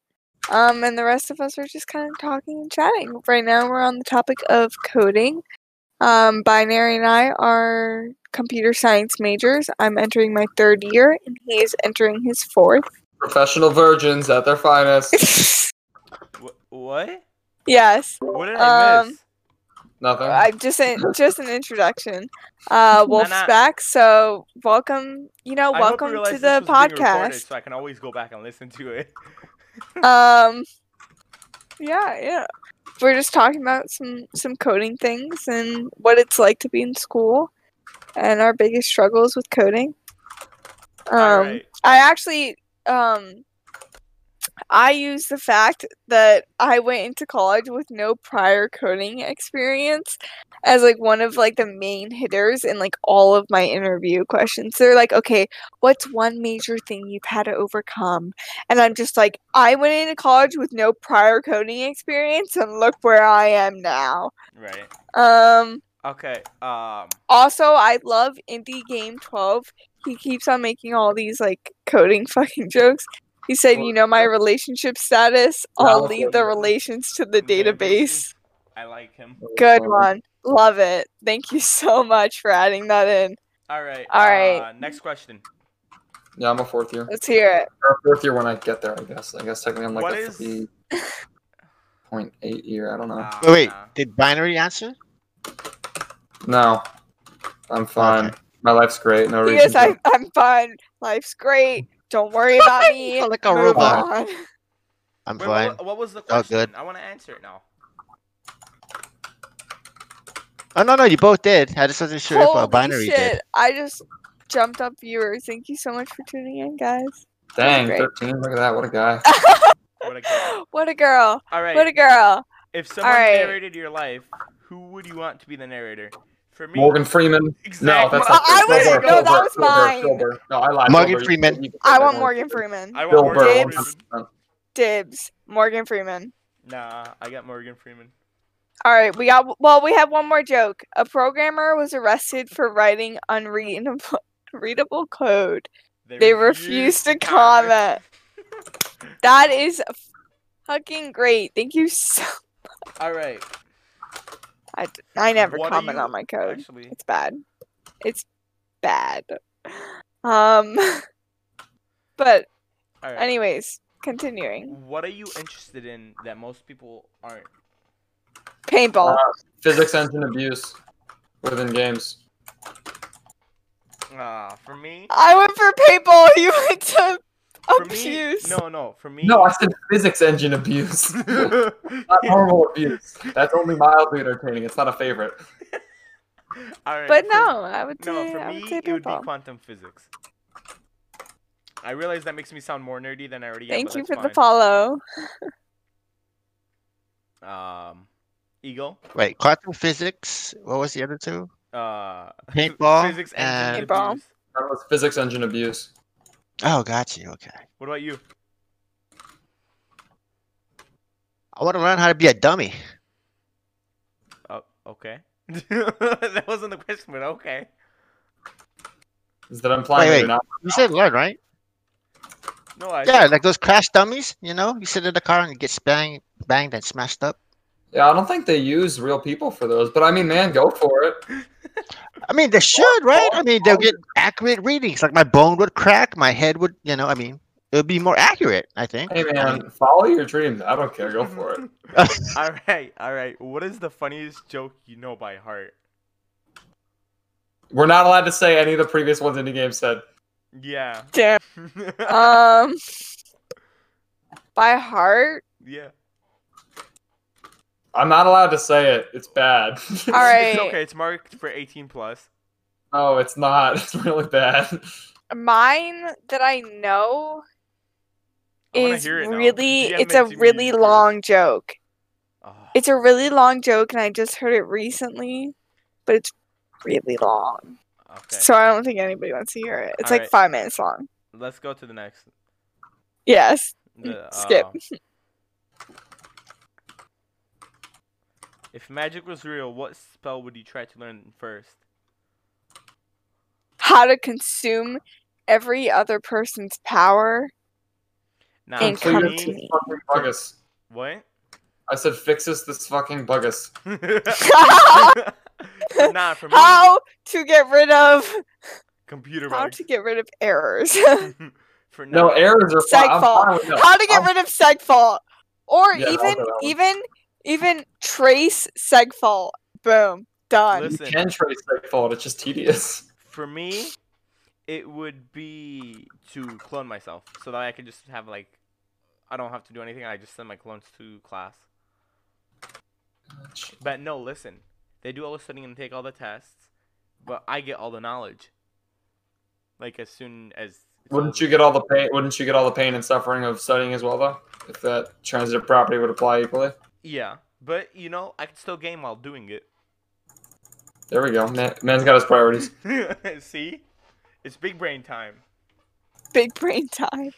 Speaker 2: Um, and the rest of us are just kind of talking and chatting. Right now we're on the topic of coding. Um, binary and I are computer science majors. I'm entering my third year and he is entering his fourth.
Speaker 4: Professional virgins at their finest.
Speaker 1: Wh- what?
Speaker 2: yes.
Speaker 1: What did I
Speaker 2: Um,
Speaker 1: miss?
Speaker 4: Nothing.
Speaker 2: I just an, just an introduction. Uh, Wolf's
Speaker 1: Nana.
Speaker 2: back, so welcome. You know,
Speaker 1: I hope you
Speaker 2: welcome
Speaker 1: realize
Speaker 2: to
Speaker 1: this
Speaker 2: the
Speaker 1: was being recorded,
Speaker 2: podcast.
Speaker 1: so I can always go back and listen to it.
Speaker 2: Um, yeah, yeah. We're just talking about some some coding things and what it's like to be in school, and our biggest struggles with coding. Um,
Speaker 1: All right.
Speaker 2: I actually um I use the fact that I went into college with no prior coding experience as like one of like the main hitters in like all of my interview questions. They're like, "Okay, what's one major thing you've had to overcome?" And I'm just like, "I went into college with no prior coding experience and look where I am now."
Speaker 1: Right.
Speaker 2: Um
Speaker 1: Okay. Um.
Speaker 2: also, I love Indie Game 12. He keeps on making all these like coding fucking jokes. He said, "You know my relationship status. I'll
Speaker 4: Wow.
Speaker 2: leave the relations to the
Speaker 1: Databases.
Speaker 2: database."
Speaker 1: I like him.
Speaker 2: Good
Speaker 4: Um,
Speaker 2: one. Love it. Thank you so much for adding that in.
Speaker 1: All right.
Speaker 2: All right.
Speaker 1: Uh, next question.
Speaker 4: Yeah, I'm a fourth year.
Speaker 2: Let's hear it.
Speaker 4: Or fourth year when I get there, I guess. I guess technically I'm like
Speaker 1: What
Speaker 4: a
Speaker 1: is-
Speaker 4: three point eight year. I don't know.
Speaker 1: Ah,
Speaker 3: Wait, wait,
Speaker 1: nah.
Speaker 3: did binary answer?
Speaker 4: No, I'm fine.
Speaker 3: Okay.
Speaker 4: My life's great. No reason.
Speaker 2: Yes,
Speaker 4: to-
Speaker 2: I'm, I'm fine. Life's great. Don't worry about me.
Speaker 3: Sound like a
Speaker 2: Move
Speaker 3: robot.
Speaker 2: on.
Speaker 3: I'm
Speaker 1: Wait,
Speaker 3: fine.
Speaker 1: What, what was the
Speaker 3: Oh,
Speaker 1: question?
Speaker 3: good.
Speaker 1: I want to answer it now.
Speaker 3: Oh no, no, you both did. I just wasn't sure if uh,
Speaker 2: Holy
Speaker 3: binary
Speaker 2: shit!
Speaker 3: did.
Speaker 2: I just jumped up viewers. Thank you so much for tuning in, guys.
Speaker 4: Dang,
Speaker 2: Great.
Speaker 4: thirteen. Look at that. What a guy.
Speaker 1: What a girl.
Speaker 2: what a girl.
Speaker 1: All right.
Speaker 2: What a girl.
Speaker 1: if someone
Speaker 2: right.
Speaker 1: narrated your life, who would you want to be the narrator? For me,
Speaker 4: Morgan Freeman. No,
Speaker 1: Exactly.
Speaker 4: that's
Speaker 2: Well,
Speaker 4: not.
Speaker 2: I wouldn't-
Speaker 4: Spielberg,
Speaker 2: no, that
Speaker 4: Spielberg,
Speaker 2: was
Speaker 4: Spielberg,
Speaker 2: mine.
Speaker 4: Spielberg. No, I lied.
Speaker 3: Morgan
Speaker 4: Spielberg. You-
Speaker 3: Freeman.
Speaker 4: you can
Speaker 2: I
Speaker 4: say
Speaker 2: want
Speaker 4: that.
Speaker 2: Morgan Freeman.
Speaker 1: I want Morgan
Speaker 4: Spielberg.
Speaker 2: Dibs.
Speaker 1: Freeman.
Speaker 4: 100%.
Speaker 2: Dibs. Morgan Freeman.
Speaker 1: Nah, I got Morgan Freeman.
Speaker 2: All right, we got. Well, we have one more joke. A programmer was arrested for writing unreadable readable code. They refused to comment. That is f- fucking great. Thank you so.
Speaker 1: All right.
Speaker 2: I, d- I never
Speaker 1: What are
Speaker 2: comment
Speaker 1: you-
Speaker 2: on my code.
Speaker 1: Actually,
Speaker 2: It's bad. It's bad. Um. But
Speaker 1: all right.
Speaker 2: anyways, continuing.
Speaker 1: What are you interested in that most people aren't?
Speaker 2: Paintball.
Speaker 1: Um,
Speaker 4: Physics engine abuse within games.
Speaker 1: Uh, for me,
Speaker 2: I went for paintball. You went to
Speaker 1: for me,
Speaker 2: abuse.
Speaker 1: no, no, for me.
Speaker 4: No, I said physics engine abuse. Not normal abuse. That's only mildly entertaining. It's not a favorite.
Speaker 1: All right,
Speaker 2: But
Speaker 1: for-
Speaker 2: no, I would say,
Speaker 1: No, for
Speaker 2: I
Speaker 1: me,
Speaker 2: would say
Speaker 1: it would be
Speaker 2: paintball.
Speaker 1: quantum physics. I realize that makes me sound more nerdy than I already am.
Speaker 2: Thank
Speaker 1: but
Speaker 2: you for
Speaker 1: that's
Speaker 2: the follow.
Speaker 1: fine. Um, Eagle,
Speaker 3: Wait, quantum physics. What was the other two?
Speaker 1: uh,
Speaker 3: Paintball
Speaker 1: physics, engine,
Speaker 3: and-
Speaker 2: Paintball.
Speaker 1: abuse.
Speaker 4: That was physics engine abuse.
Speaker 3: Oh, got you. Okay.
Speaker 1: What about you?
Speaker 3: I want to learn how to be a dummy.
Speaker 1: Oh, okay. that wasn't the question, but okay.
Speaker 4: Is that implying
Speaker 3: Wait,
Speaker 4: that
Speaker 3: wait.
Speaker 4: you're not?
Speaker 3: You said learn, right?
Speaker 1: No, I.
Speaker 3: Yeah, like those crash dummies. You know, you sit in the car and you get spang, banged and smashed up.
Speaker 4: Yeah, I don't think they use real people for those. But I mean, man, go for it.
Speaker 3: I mean, they should, right? I mean, they'll get accurate readings. Like my bone would crack, my head would, you know. I mean, it would be more accurate. I think.
Speaker 4: Hey,
Speaker 3: I
Speaker 4: man,
Speaker 3: mean,
Speaker 4: follow your dreams. I don't care. Go for it.
Speaker 1: all right, all right. What is the funniest joke you know by heart?
Speaker 4: We're not allowed to say any of the previous ones any game said.
Speaker 1: Yeah.
Speaker 2: Damn. Um, by heart.
Speaker 1: yeah.
Speaker 4: I'm not allowed to say it. It's bad.
Speaker 2: All right.
Speaker 1: It's okay. It's marked for 18 plus.
Speaker 4: No, it's not. It's really bad.
Speaker 2: Mine that I know
Speaker 1: I wanna
Speaker 2: is
Speaker 1: hear it now.
Speaker 2: really.
Speaker 1: DM
Speaker 2: It's
Speaker 1: it
Speaker 2: a
Speaker 1: to me
Speaker 2: really
Speaker 1: first.
Speaker 2: long joke.
Speaker 1: Ah,
Speaker 2: It's a really long joke, and I just heard it recently, but it's really long.
Speaker 1: okay.
Speaker 2: So I don't think anybody wants to hear it. It's like
Speaker 1: Alright.
Speaker 2: five minutes long.
Speaker 1: Let's go to the next.
Speaker 2: Yes.
Speaker 1: The,
Speaker 2: Mm, skip.
Speaker 1: uh, if magic was real, what spell would you try to learn first?
Speaker 2: How to consume every other person's power.
Speaker 1: Now,
Speaker 2: And
Speaker 1: for
Speaker 4: Complete
Speaker 2: come
Speaker 4: it,
Speaker 2: to
Speaker 1: me-
Speaker 2: me.
Speaker 4: fucking buggus.
Speaker 1: What?
Speaker 4: I said fixes this fucking buggus.
Speaker 1: nah, for me,
Speaker 2: How to get rid of
Speaker 1: computer
Speaker 2: how
Speaker 1: bugs.
Speaker 2: to get rid of errors.
Speaker 1: for now,
Speaker 4: No errors are
Speaker 2: Psych
Speaker 4: fine. I'm
Speaker 2: fault.
Speaker 4: fine with that.
Speaker 2: how to get
Speaker 4: I'm-
Speaker 2: rid of segfault or
Speaker 4: Yeah, I'll
Speaker 2: even
Speaker 4: go that one.
Speaker 2: even even trace segfault boom done
Speaker 1: Listen.
Speaker 4: You can trace psych fault. It's just tedious.
Speaker 1: for me, it would be to clone myself so that I could just have like, I don't have to do anything. I just send my clones to class. But no, listen, they do all the studying and take all the tests, but I get all the knowledge. Like as soon as. it's
Speaker 4: Wouldn't
Speaker 1: over.
Speaker 4: you get all the pain? Wouldn't you get all the pain and suffering of studying as well, though? If that transitive property would apply equally.
Speaker 1: Yeah, but you know, I can still game while doing it.
Speaker 4: There we go. Man, man's got his priorities.
Speaker 1: See, it's big brain time.
Speaker 2: big brain time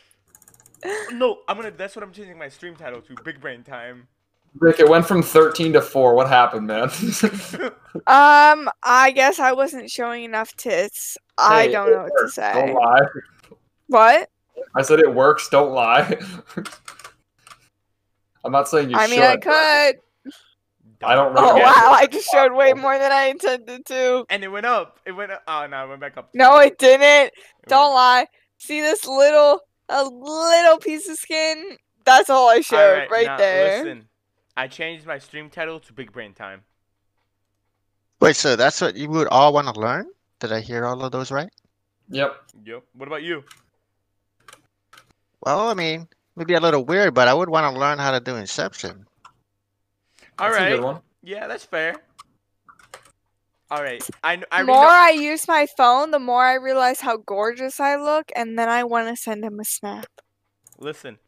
Speaker 1: No, I'm gonna. That's what I'm changing my stream title to. Big brain time.
Speaker 4: Rick, it went from 13 to 4. What happened, man?
Speaker 2: um i guess i wasn't showing enough tits i
Speaker 4: Hey,
Speaker 2: don't
Speaker 4: it
Speaker 2: know what to
Speaker 4: works. Don't
Speaker 2: say
Speaker 4: lie.
Speaker 2: what
Speaker 4: I said it works. Don't lie. I'm not saying you
Speaker 2: i
Speaker 4: should.
Speaker 2: mean i could
Speaker 4: I don't
Speaker 2: oh
Speaker 4: Okay.
Speaker 2: wow i just showed way more than i intended to
Speaker 1: And it went up. It went up. Oh no, it went back up.
Speaker 2: no it didn't
Speaker 1: It
Speaker 2: don't
Speaker 1: went-
Speaker 2: lie see this little a little piece of skin that's all i showed
Speaker 1: Alright,
Speaker 2: right
Speaker 1: now,
Speaker 2: there
Speaker 1: Listen, I changed my stream title to Big Brain Time.
Speaker 3: Wait, so that's what you would all want to learn? Did I hear all of those right?
Speaker 4: Yep.
Speaker 1: Yep. What about you?
Speaker 3: Well, I mean, maybe a little weird, but I would want to learn how to do Inception.
Speaker 1: All
Speaker 4: That's a good
Speaker 1: right.
Speaker 4: one.
Speaker 1: Yeah, that's fair. All right. I kn- I
Speaker 2: the more
Speaker 1: know-
Speaker 2: I use my phone, the more I realize how gorgeous I look, and then I want to send him a snap.
Speaker 1: listen.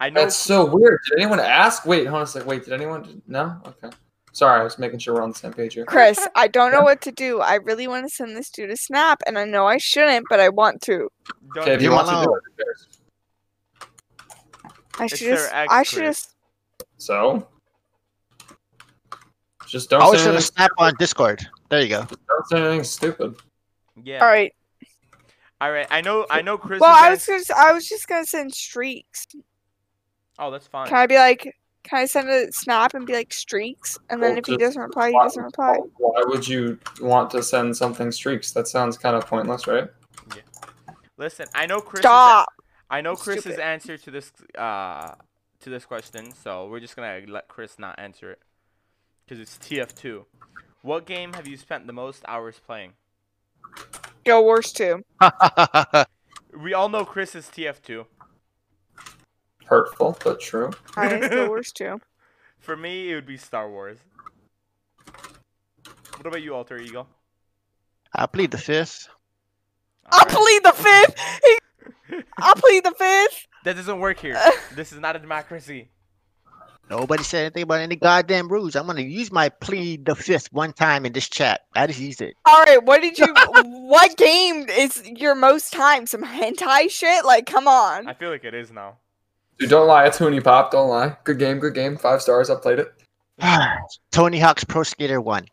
Speaker 1: I know
Speaker 4: That's so weird. Did anyone ask? Wait, hold on a sec. Wait, did anyone? No? Okay. Sorry, I was making sure we're on the same page here.
Speaker 2: Chris, I don't know what to do. I really want to send this dude a snap, and I know I shouldn't, but I want to.
Speaker 1: don't-
Speaker 4: Okay, if you
Speaker 3: You
Speaker 4: want to do it,
Speaker 3: alone.
Speaker 4: who cares?
Speaker 2: I
Speaker 1: It's
Speaker 2: should
Speaker 1: their
Speaker 2: just.
Speaker 1: ex,
Speaker 2: I should
Speaker 1: Chris.
Speaker 2: just.
Speaker 4: So, just don't
Speaker 3: I would
Speaker 4: say
Speaker 3: show a
Speaker 4: anything,
Speaker 3: snap on Discord. There you go.
Speaker 4: don't say anything stupid.
Speaker 1: yeah.
Speaker 2: All right.
Speaker 1: All right. I know I know Chris
Speaker 2: Well,
Speaker 1: is
Speaker 2: I was
Speaker 1: ans-
Speaker 2: gonna. s- I was just gonna send streaks.
Speaker 1: Oh, that's fine.
Speaker 2: Can I be like? Can I send a snap and be like streaks? And then
Speaker 4: Well,
Speaker 2: if he
Speaker 4: just
Speaker 2: doesn't reply, he
Speaker 4: why-
Speaker 2: doesn't reply.
Speaker 4: Why would you want to send something streaks? That sounds kind of pointless, right?
Speaker 1: Listen, I know Chris
Speaker 2: Stop.
Speaker 1: Is, I know Chris's
Speaker 2: Stupid.
Speaker 1: answer to this uh to this question, so we're just going to let Chris not answer it cuz it's TF2. What game have you spent the most hours playing?
Speaker 2: Go worse too.
Speaker 1: We all know Chris is TF2.
Speaker 4: Hurtful, but true.
Speaker 2: I go worse too.
Speaker 1: For me, it would be Star Wars. What about you, Alter Ego?
Speaker 3: I plead the fifth.
Speaker 2: I'll
Speaker 1: Alright.
Speaker 2: plead the fifth. I'll plead the fifth.
Speaker 1: That doesn't work here. This is not a democracy.
Speaker 3: Nobody said anything about any goddamn rules. I'm gonna use my plead the fifth one time in this chat. I just used it.
Speaker 2: All right, what did you? what game is your most time? Some hentai shit? Like, come on.
Speaker 1: I feel like it is now.
Speaker 4: Dude, don't lie. It's Hoonie Pop. Don't lie. Good game, good game. Five stars. I played it.
Speaker 3: Tony Hawk's Pro Skater One.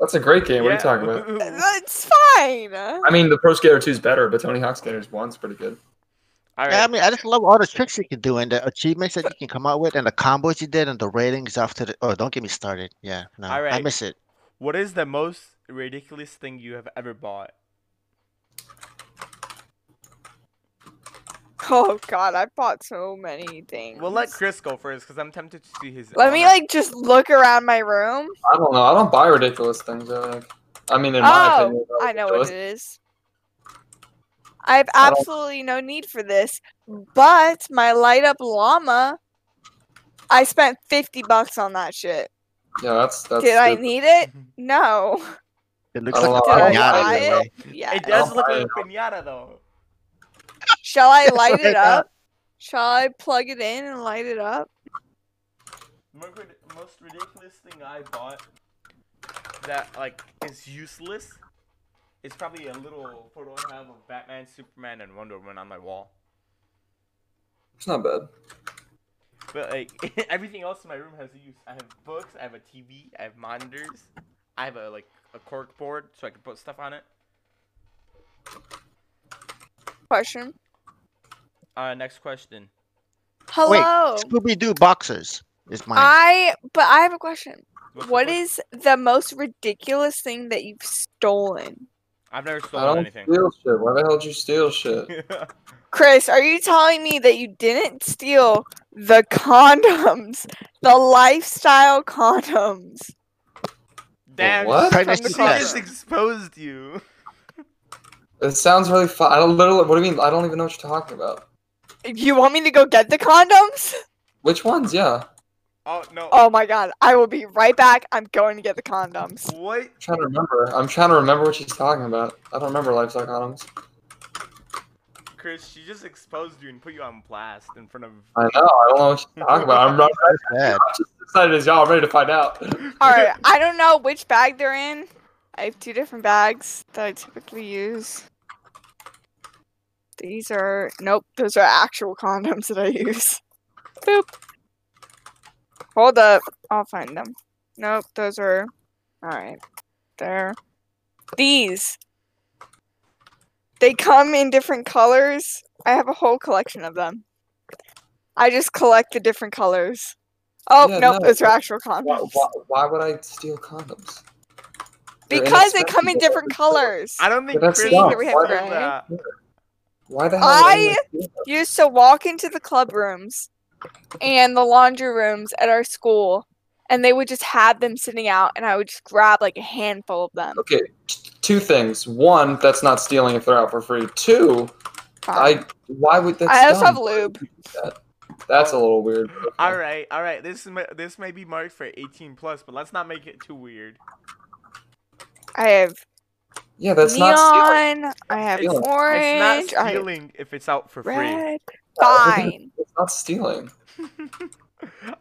Speaker 4: That's a great game. What are you talking about?
Speaker 2: That's fine.
Speaker 4: I mean, the Pro Skater 2 is better, but Tony Hawk Skaters 1's pretty good.
Speaker 1: All
Speaker 3: Yeah, I
Speaker 1: right.
Speaker 3: mean, I just love all the tricks you can do and the achievements that you can come out with and the combos you did and the ratings after the. Oh, don't get me started. Yeah, no,
Speaker 1: All
Speaker 3: I
Speaker 1: right.
Speaker 3: miss it.
Speaker 1: What is the most ridiculous thing you have ever bought?
Speaker 2: Oh god, I bought so many things.
Speaker 1: We'll let Chris go first because I'm tempted to see his.
Speaker 2: Let me
Speaker 1: honor.
Speaker 2: like just look around my room.
Speaker 4: I don't know. I don't buy ridiculous things. I, think. I mean, in my
Speaker 2: Oh,
Speaker 4: opinion, they're
Speaker 2: I know what
Speaker 4: ridiculous.
Speaker 2: it is. I have
Speaker 4: I don't-
Speaker 2: absolutely no need for this, but my light up llama. I spent fifty bucks on that shit.
Speaker 4: Yeah, that's that's.
Speaker 2: Did I
Speaker 4: stupid.
Speaker 2: need it? No.
Speaker 3: It looks
Speaker 4: I
Speaker 3: like
Speaker 4: love-
Speaker 3: a
Speaker 4: I
Speaker 2: Did
Speaker 3: pinata,
Speaker 2: I
Speaker 3: by the
Speaker 2: buy
Speaker 3: way.
Speaker 2: it? Yeah.
Speaker 1: It does
Speaker 4: Oh,
Speaker 1: look
Speaker 4: I
Speaker 1: like a pinata though.
Speaker 2: Shall I light
Speaker 3: Right
Speaker 2: it
Speaker 3: up.
Speaker 2: up? Shall I plug it in and light it up?
Speaker 1: Most rid- most ridiculous thing I bought that like is useless is probably a little photo I have of Batman, Superman, and Wonder Woman on my wall.
Speaker 4: It's not bad.
Speaker 1: But like everything else in my room has a use. I have books, I have a TV, I have monitors, I have a like a cork board so I can put stuff on it.
Speaker 2: Question.
Speaker 1: Uh, next question.
Speaker 2: Hello.
Speaker 3: Wait, Scooby Doo boxers is mine.
Speaker 2: I but I have a question.
Speaker 1: What's the
Speaker 2: What
Speaker 1: question?
Speaker 2: is the most ridiculous thing that you've stolen?
Speaker 1: I've never
Speaker 4: I don't
Speaker 1: stolen anything.
Speaker 4: steal shit. Why the hell did you steal shit?
Speaker 2: Chris, are you telling me that you didn't steal the condoms, the lifestyle condoms?
Speaker 1: Damn,
Speaker 4: What?
Speaker 1: she-
Speaker 3: Pregnancy
Speaker 1: She
Speaker 2: From the
Speaker 1: just
Speaker 2: car.
Speaker 1: exposed you.
Speaker 4: It sounds really fun. I don't literally. What do you mean? I don't even know what you're talking about.
Speaker 2: You want me to go get the condoms?
Speaker 4: Which ones? Yeah.
Speaker 1: Oh no.
Speaker 2: Oh my god, I will be right back. I'm going to get the condoms.
Speaker 1: What?
Speaker 4: I'm trying to remember. I'm trying to remember what she's talking about. I don't remember livestock items.
Speaker 1: Chris, she just exposed you and put you on blast in front of.
Speaker 4: I know. I don't know what she's talking about. I'm, not-
Speaker 3: That's bad.
Speaker 4: I'm just as excited as y'all. I'm ready to find out.
Speaker 2: All right, I don't know which bag they're in. I have two different bags that I typically use. These are nope, those are actual condoms that I use. Boop. Hold up, I'll find them. Nope, those are all right. There. These. They come in different colors. I have a whole collection of them. I just collect the different colors. Oh,
Speaker 4: Yeah,
Speaker 2: nope,
Speaker 4: no,
Speaker 2: those are
Speaker 4: but
Speaker 2: actual condoms.
Speaker 4: Why, why, why would I steal condoms? They're
Speaker 2: Because they come in
Speaker 4: inexpensive.
Speaker 2: different colors.
Speaker 1: I don't think
Speaker 4: But that's
Speaker 1: Chris
Speaker 4: dumb.
Speaker 1: would
Speaker 4: We
Speaker 1: do
Speaker 4: have
Speaker 2: Ryan.
Speaker 1: that.
Speaker 4: Why the hell? would
Speaker 2: I-
Speaker 4: anyone steal them?
Speaker 2: You used to walk into the club rooms and the laundry rooms at our school, and they would just have them sitting out, and I would just grab like a handful of them.
Speaker 4: Okay. t- Two things. One, that's not stealing if they're out for free. Two, I. Why would that?
Speaker 2: I also have lube.
Speaker 4: That's a little weird.
Speaker 1: All right, all right. This may, this may be marked for 18 plus, but let's not make it too weird.
Speaker 2: I have
Speaker 4: Yeah, that's
Speaker 2: neon.
Speaker 4: not stealing.
Speaker 2: I have
Speaker 4: It's- it's
Speaker 2: orange.
Speaker 1: it's
Speaker 2: I
Speaker 1: not
Speaker 2: have
Speaker 1: stealing if it's out for free.
Speaker 2: red. Fine.
Speaker 4: It's not stealing.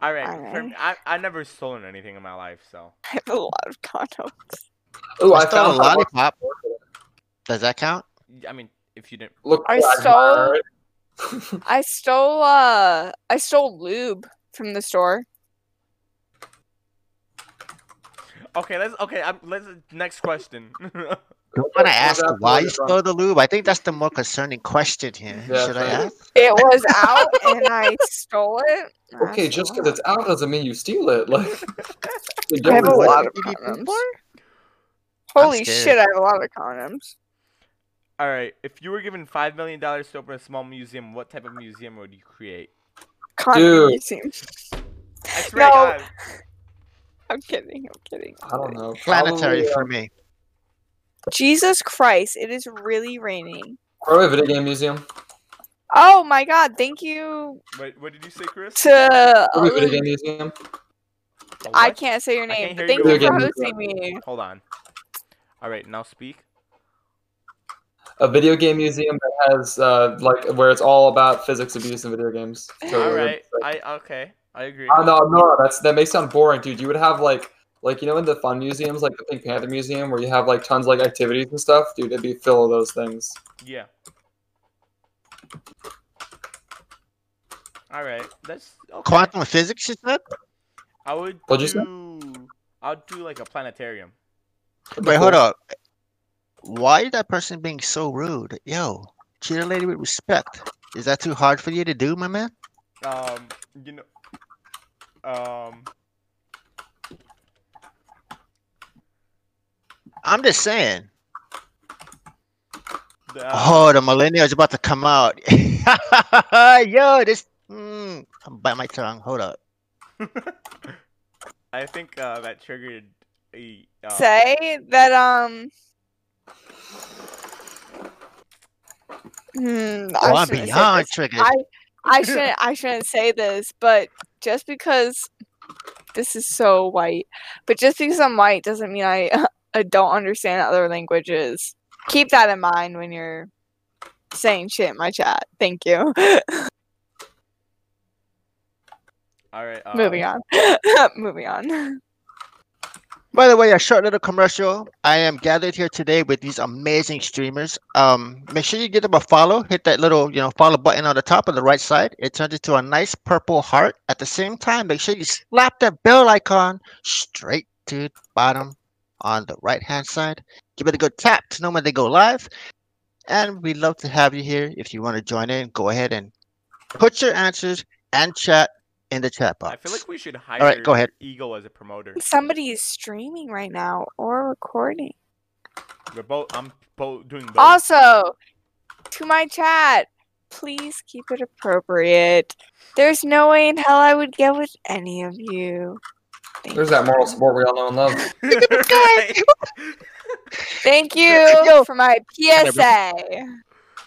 Speaker 1: All right.
Speaker 2: All
Speaker 1: For me, I I never stolen anything in my life, so
Speaker 2: I have a lot of condoms.
Speaker 4: Oh,
Speaker 3: I stole
Speaker 4: I,
Speaker 3: a
Speaker 4: found that one.
Speaker 3: lollipop. Does that count?
Speaker 1: I mean, if you didn't,
Speaker 4: Look,
Speaker 2: I
Speaker 4: Quagmire,
Speaker 2: stole-
Speaker 4: alright?
Speaker 2: I stole uh I stole lube from the store.
Speaker 1: okay, let's okay. I'm, let's next question.
Speaker 3: Don't want to ask
Speaker 4: that's
Speaker 3: why
Speaker 4: where
Speaker 3: you
Speaker 4: it's from.
Speaker 3: stole the lube. I think that's the more concerning question here.
Speaker 4: Yeah,
Speaker 3: Should I
Speaker 4: fair.
Speaker 3: ask?
Speaker 2: It was out and I stole it. I
Speaker 4: Okay, just
Speaker 2: stole
Speaker 4: because it's out doesn't mean you steal it. Like, you
Speaker 2: I have a
Speaker 4: don't-
Speaker 3: What
Speaker 2: lot of
Speaker 3: did you do
Speaker 2: condoms.
Speaker 3: for? I'm
Speaker 2: Holy
Speaker 3: scared.
Speaker 2: shit, I have a lot of condoms.
Speaker 1: all right. If you were given five million dollars to open a small museum, what type of museum would you create?
Speaker 2: Condom
Speaker 4: Dude.
Speaker 2: museum.
Speaker 1: I swear to
Speaker 2: No.
Speaker 1: God.
Speaker 2: I'm kidding, I'm kidding.
Speaker 4: I don't know.
Speaker 3: Planetary
Speaker 4: Probably, uh,
Speaker 3: for me.
Speaker 2: Jesus Christ, it is really raining.
Speaker 4: Probably a video game museum.
Speaker 2: Oh my god, thank you
Speaker 1: Wait, what did you say, Chris?
Speaker 2: to
Speaker 4: Probably a video
Speaker 2: Olu-
Speaker 4: game museum.
Speaker 1: A
Speaker 2: I
Speaker 1: what?
Speaker 2: can't say your
Speaker 1: I
Speaker 2: name,
Speaker 1: can't
Speaker 2: but
Speaker 1: hear
Speaker 2: thank
Speaker 1: you.
Speaker 2: you for
Speaker 4: Video game
Speaker 2: hosting me.
Speaker 1: Hold on. All right, now speak.
Speaker 4: A video game museum that has uh, like where it's all about physics abuse in video games. So
Speaker 1: All
Speaker 4: it would-
Speaker 1: right. I okay. I agree.
Speaker 4: Oh, no, no, that's that may sound boring, dude. You would have like, like you know, in the fun museums, like the Pink Panther Museum, where you have like tons of, like activities and stuff, dude. It'd be full of those things.
Speaker 1: Yeah. All right. That's okay.
Speaker 3: Quantum physics, you said?
Speaker 1: I would
Speaker 4: What'd you say?
Speaker 1: do. I would do like a planetarium.
Speaker 4: That'd be
Speaker 3: Wait,
Speaker 4: cool.
Speaker 3: hold up. Why is that person being so rude? Yo, treat a lady with respect. Is that too hard for you to do, my man?
Speaker 1: Um, you know. Um.
Speaker 3: I'm just saying.
Speaker 1: The, uh,
Speaker 2: Uh,
Speaker 3: Oh, the millennial's about to come out. Yo, this. Mm, I'm bite my tongue. Hold up.
Speaker 1: I think uh, that triggered a. Uh,
Speaker 2: Say that um hmm, I
Speaker 3: Oh, I'm
Speaker 2: shouldn't have said
Speaker 3: beyond
Speaker 2: this.
Speaker 3: triggered.
Speaker 2: I I shouldn't I shouldn't say this, but just because this is so white, but just because I'm white doesn't mean I, I don't understand other languages. Keep that in mind when you're saying shit in my chat. Thank you.
Speaker 1: All right. Uh,
Speaker 2: Moving on. Moving on.
Speaker 3: By the way, a short little commercial. I am gathered here today with these amazing streamers. Um, make sure you give them a follow. Hit that little, you know, follow button on the top on the right side. It turns into a nice purple heart. At the same time, make sure you slap that bell icon straight to the bottom on the right hand side. Give it a good tap to know when they go live. And we'd love to have you here. If you want to join in, go ahead and put your answers and chat in the chat box.
Speaker 1: I feel like we should hire
Speaker 3: right, go ahead.
Speaker 1: Eagle as a promoter.
Speaker 2: Somebody is streaming right now or recording.
Speaker 1: We're both. I'm both doing both.
Speaker 2: Also, to my chat, please keep it appropriate. There's no way in hell I would get with any of you. Thank
Speaker 4: There's
Speaker 2: you.
Speaker 4: that moral support we all know and love.
Speaker 1: Right?
Speaker 2: Thank you
Speaker 3: Yo.
Speaker 2: for my
Speaker 3: Whatever.
Speaker 2: PSA.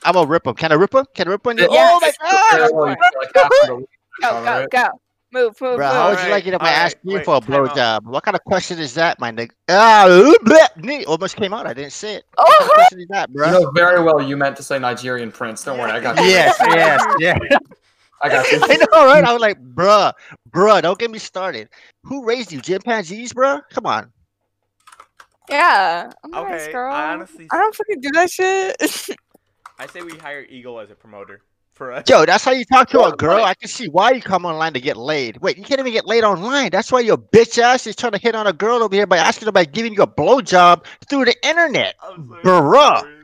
Speaker 3: I'm gonna rip him. Can I rip him? Can I rip him?
Speaker 4: Yeah.
Speaker 3: Oh my
Speaker 2: Yes.
Speaker 3: god!
Speaker 4: Well, you feel like half of the week
Speaker 2: Go,
Speaker 4: on,
Speaker 2: go,
Speaker 4: right?
Speaker 2: go. Move, move,
Speaker 3: Bro, how
Speaker 2: move.
Speaker 3: would you like it if I
Speaker 1: Alright,
Speaker 3: asked you
Speaker 1: wait,
Speaker 3: for a
Speaker 1: time out.
Speaker 3: blowjob? What kind of question is that, my nigga? Ah, ooh, bleh, knee almost came out. I didn't say it. What kind of
Speaker 2: Oh,
Speaker 3: question is that, bro?
Speaker 4: You know very well you meant to say Nigerian prince. Don't worry, I got you.
Speaker 3: Yes, yes, yes.
Speaker 4: I got you.
Speaker 3: I know, right? I was like, bruh, bruh, don't get me started. Who raised you, chimpanzees, bruh? Come on.
Speaker 2: yeah. I'm a nice
Speaker 1: Okay, I
Speaker 2: girl.
Speaker 1: honestly-
Speaker 2: I don't fucking do that shit.
Speaker 1: I say we hire Eagle as a promoter for us.
Speaker 3: Yo, that's how you talk to
Speaker 4: Well,
Speaker 3: a girl. I can see why you come online to get laid. Wait, you can't even get laid online. That's why your bitch ass is trying to hit on a girl over here by asking her by giving you a blowjob through the internet.
Speaker 1: I'm so
Speaker 3: Bruh.
Speaker 1: sorry.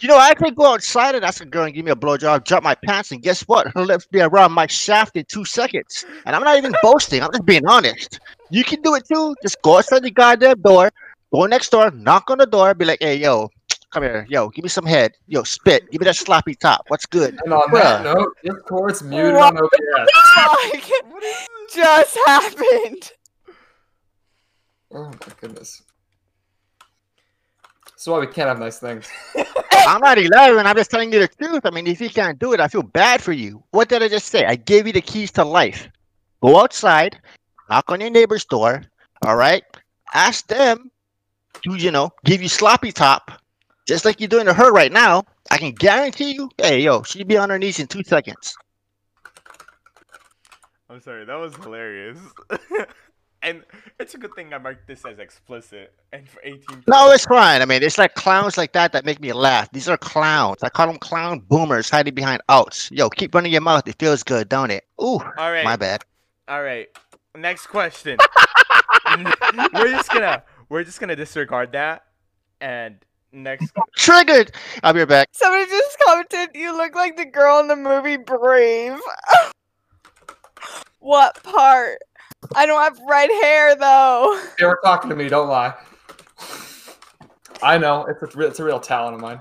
Speaker 3: You know, I could go outside and ask a girl and give me a blowjob, drop my pants, and guess what? Her lips be around my shaft in two seconds. And I'm not even boasting. I'm just being honest. You can do it too. Just go outside the goddamn door, go next door, knock on the door, be like, hey, yo, come here. Yo, give me some head. Yo, spit. Give me that sloppy top. What's good?
Speaker 4: And on that note, Discord's muted on OBS.
Speaker 2: Fuck. just happened.
Speaker 4: Oh my goodness. This is why we can't have nice things.
Speaker 3: I'm not 11. I'm just telling you the truth. I mean, if you can't do it, I feel bad for you. What did I just say? I gave you the keys to life. Go outside, knock on your neighbor's door. All right. Ask them to, you know, give you sloppy top, just like you're doing to her right now. I can guarantee you, hey, yo, she'd be on her knees in two seconds.
Speaker 1: I'm sorry. That was hilarious. and it's a good thing I marked this as explicit and for 18.
Speaker 3: No, it's fine. I mean, it's like clowns like that that make me laugh. These are clowns. I call them clown boomers hiding behind outs. Yo, keep running your mouth. It feels good, don't it? Ooh,
Speaker 1: All right.
Speaker 3: my bad.
Speaker 1: All right. Next question. we're just gonna we're just gonna disregard that. And next,
Speaker 2: Oh
Speaker 3: Triggered. I'll be right back.
Speaker 2: Somebody just commented, "You look like the girl in the movie Brave." what part? I don't have red hair though.
Speaker 4: They were talking to me, don't lie. I know, it's a, re- it's a real talent of mine.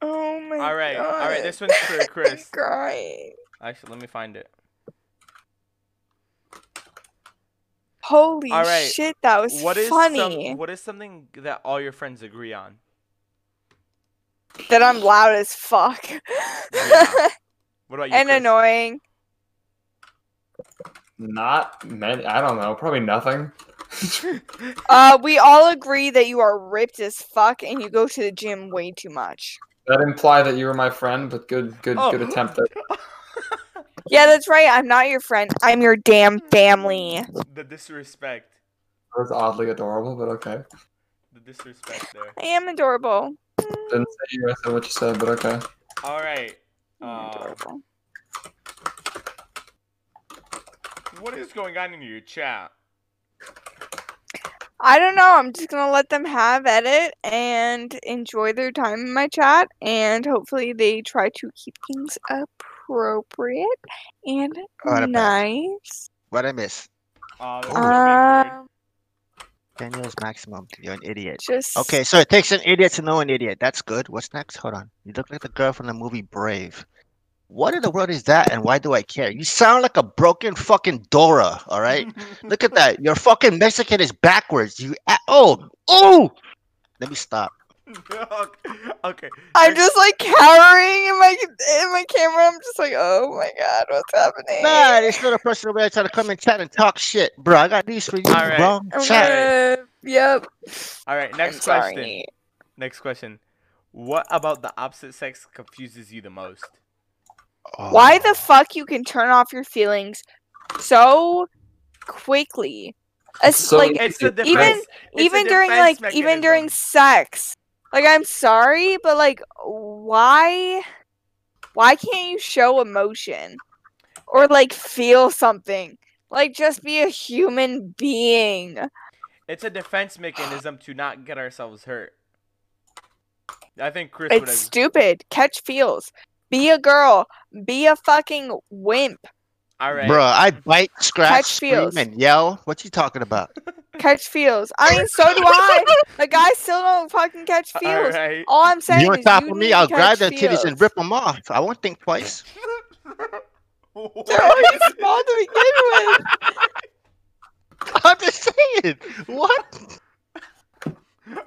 Speaker 2: Oh my.
Speaker 1: all right, all right.
Speaker 2: God.
Speaker 1: This one's for
Speaker 2: I'm
Speaker 1: Chris.
Speaker 2: crying.
Speaker 1: Actually, let me find it.
Speaker 2: Holy
Speaker 1: All right,
Speaker 2: shit, that was
Speaker 1: What is some-
Speaker 2: funny.
Speaker 1: what is something that all your friends agree on?
Speaker 2: That I'm loud as fuck
Speaker 1: Yeah. What about you?
Speaker 2: and
Speaker 1: Chris?
Speaker 2: annoying.
Speaker 4: Not many, I don't know, probably nothing.
Speaker 2: Uh, we all agree that you are ripped as fuck and you go to the gym way too much.
Speaker 4: That implied that you were my friend, but good, good,
Speaker 1: Oh.
Speaker 4: good attempt. There.
Speaker 2: Yeah, that's right. I'm not your friend. I'm your damn family.
Speaker 1: The disrespect.
Speaker 4: That was oddly adorable, but okay.
Speaker 1: The disrespect there.
Speaker 2: I am adorable. Mm,
Speaker 4: Didn't say you, I said what you said, but okay.
Speaker 1: All right.
Speaker 2: I'm
Speaker 1: Um,
Speaker 2: adorable.
Speaker 1: what is going on in your chat?
Speaker 2: I don't know. I'm just gonna let them have at it and enjoy their time in my chat, and hopefully they try to keep things appropriate and
Speaker 3: Alright, I'm back.
Speaker 2: nice.
Speaker 3: What I miss?
Speaker 1: Uh, that's a big word.
Speaker 2: Um,
Speaker 3: Ten years maximum. You're an idiot.
Speaker 2: just
Speaker 3: Okay, so it takes an idiot to know an idiot. That's good. What's next? Hold on. You look like the girl from the movie Brave. What in the world is that, and why do I care? You sound like a broken fucking Dora. All right.
Speaker 2: Uh,
Speaker 3: look at that. Your fucking Mexican is backwards. You. A- oh. Oh. Let me stop.
Speaker 1: okay.
Speaker 2: I'm
Speaker 1: next-
Speaker 2: just like cowering in my in my camera. I'm just like, oh my god, what's happening?
Speaker 3: Nah, this little person over there trying to come and chat and talk shit, bro. I got news for you.
Speaker 1: All right.
Speaker 3: Wrong
Speaker 2: I'm
Speaker 3: chat.
Speaker 2: gonna- Yep.
Speaker 1: All right. Next
Speaker 2: I'm
Speaker 1: question.
Speaker 2: sorry.
Speaker 1: Next question. What about the opposite sex confuses you the most?
Speaker 3: Oh.
Speaker 2: Why the fuck you can turn off your feelings so quickly. It's
Speaker 4: So-
Speaker 2: like
Speaker 1: It's the
Speaker 4: Even-
Speaker 1: defense.
Speaker 2: even
Speaker 1: it's a
Speaker 2: even during like
Speaker 1: defense
Speaker 2: even during
Speaker 1: mechanism.
Speaker 2: sex. Like I'm sorry, but like why why can't you show emotion or like feel something? Like just be a human being.
Speaker 1: It's a defense mechanism to not get ourselves hurt. I think Chris would
Speaker 2: It's
Speaker 1: have.
Speaker 2: stupid. Catch feels. Be a girl. Be a fucking wimp.
Speaker 1: All right.
Speaker 3: Bro, I bite, scratch,
Speaker 2: Catch
Speaker 3: scream,
Speaker 2: feels.
Speaker 3: and yell. What you talking about?
Speaker 2: Catch feels. I mean, so do I. Like I still don't fucking catch
Speaker 1: All
Speaker 2: feels.
Speaker 1: right.
Speaker 2: All I'm saying
Speaker 3: you
Speaker 2: is
Speaker 3: on top
Speaker 2: you
Speaker 3: of
Speaker 2: need
Speaker 3: me?
Speaker 2: to
Speaker 3: I'll
Speaker 2: catch
Speaker 3: grab their titties
Speaker 2: feels.
Speaker 3: and rip them off. I won't think twice.
Speaker 2: They're already small to begin with.
Speaker 3: I'm just saying. What?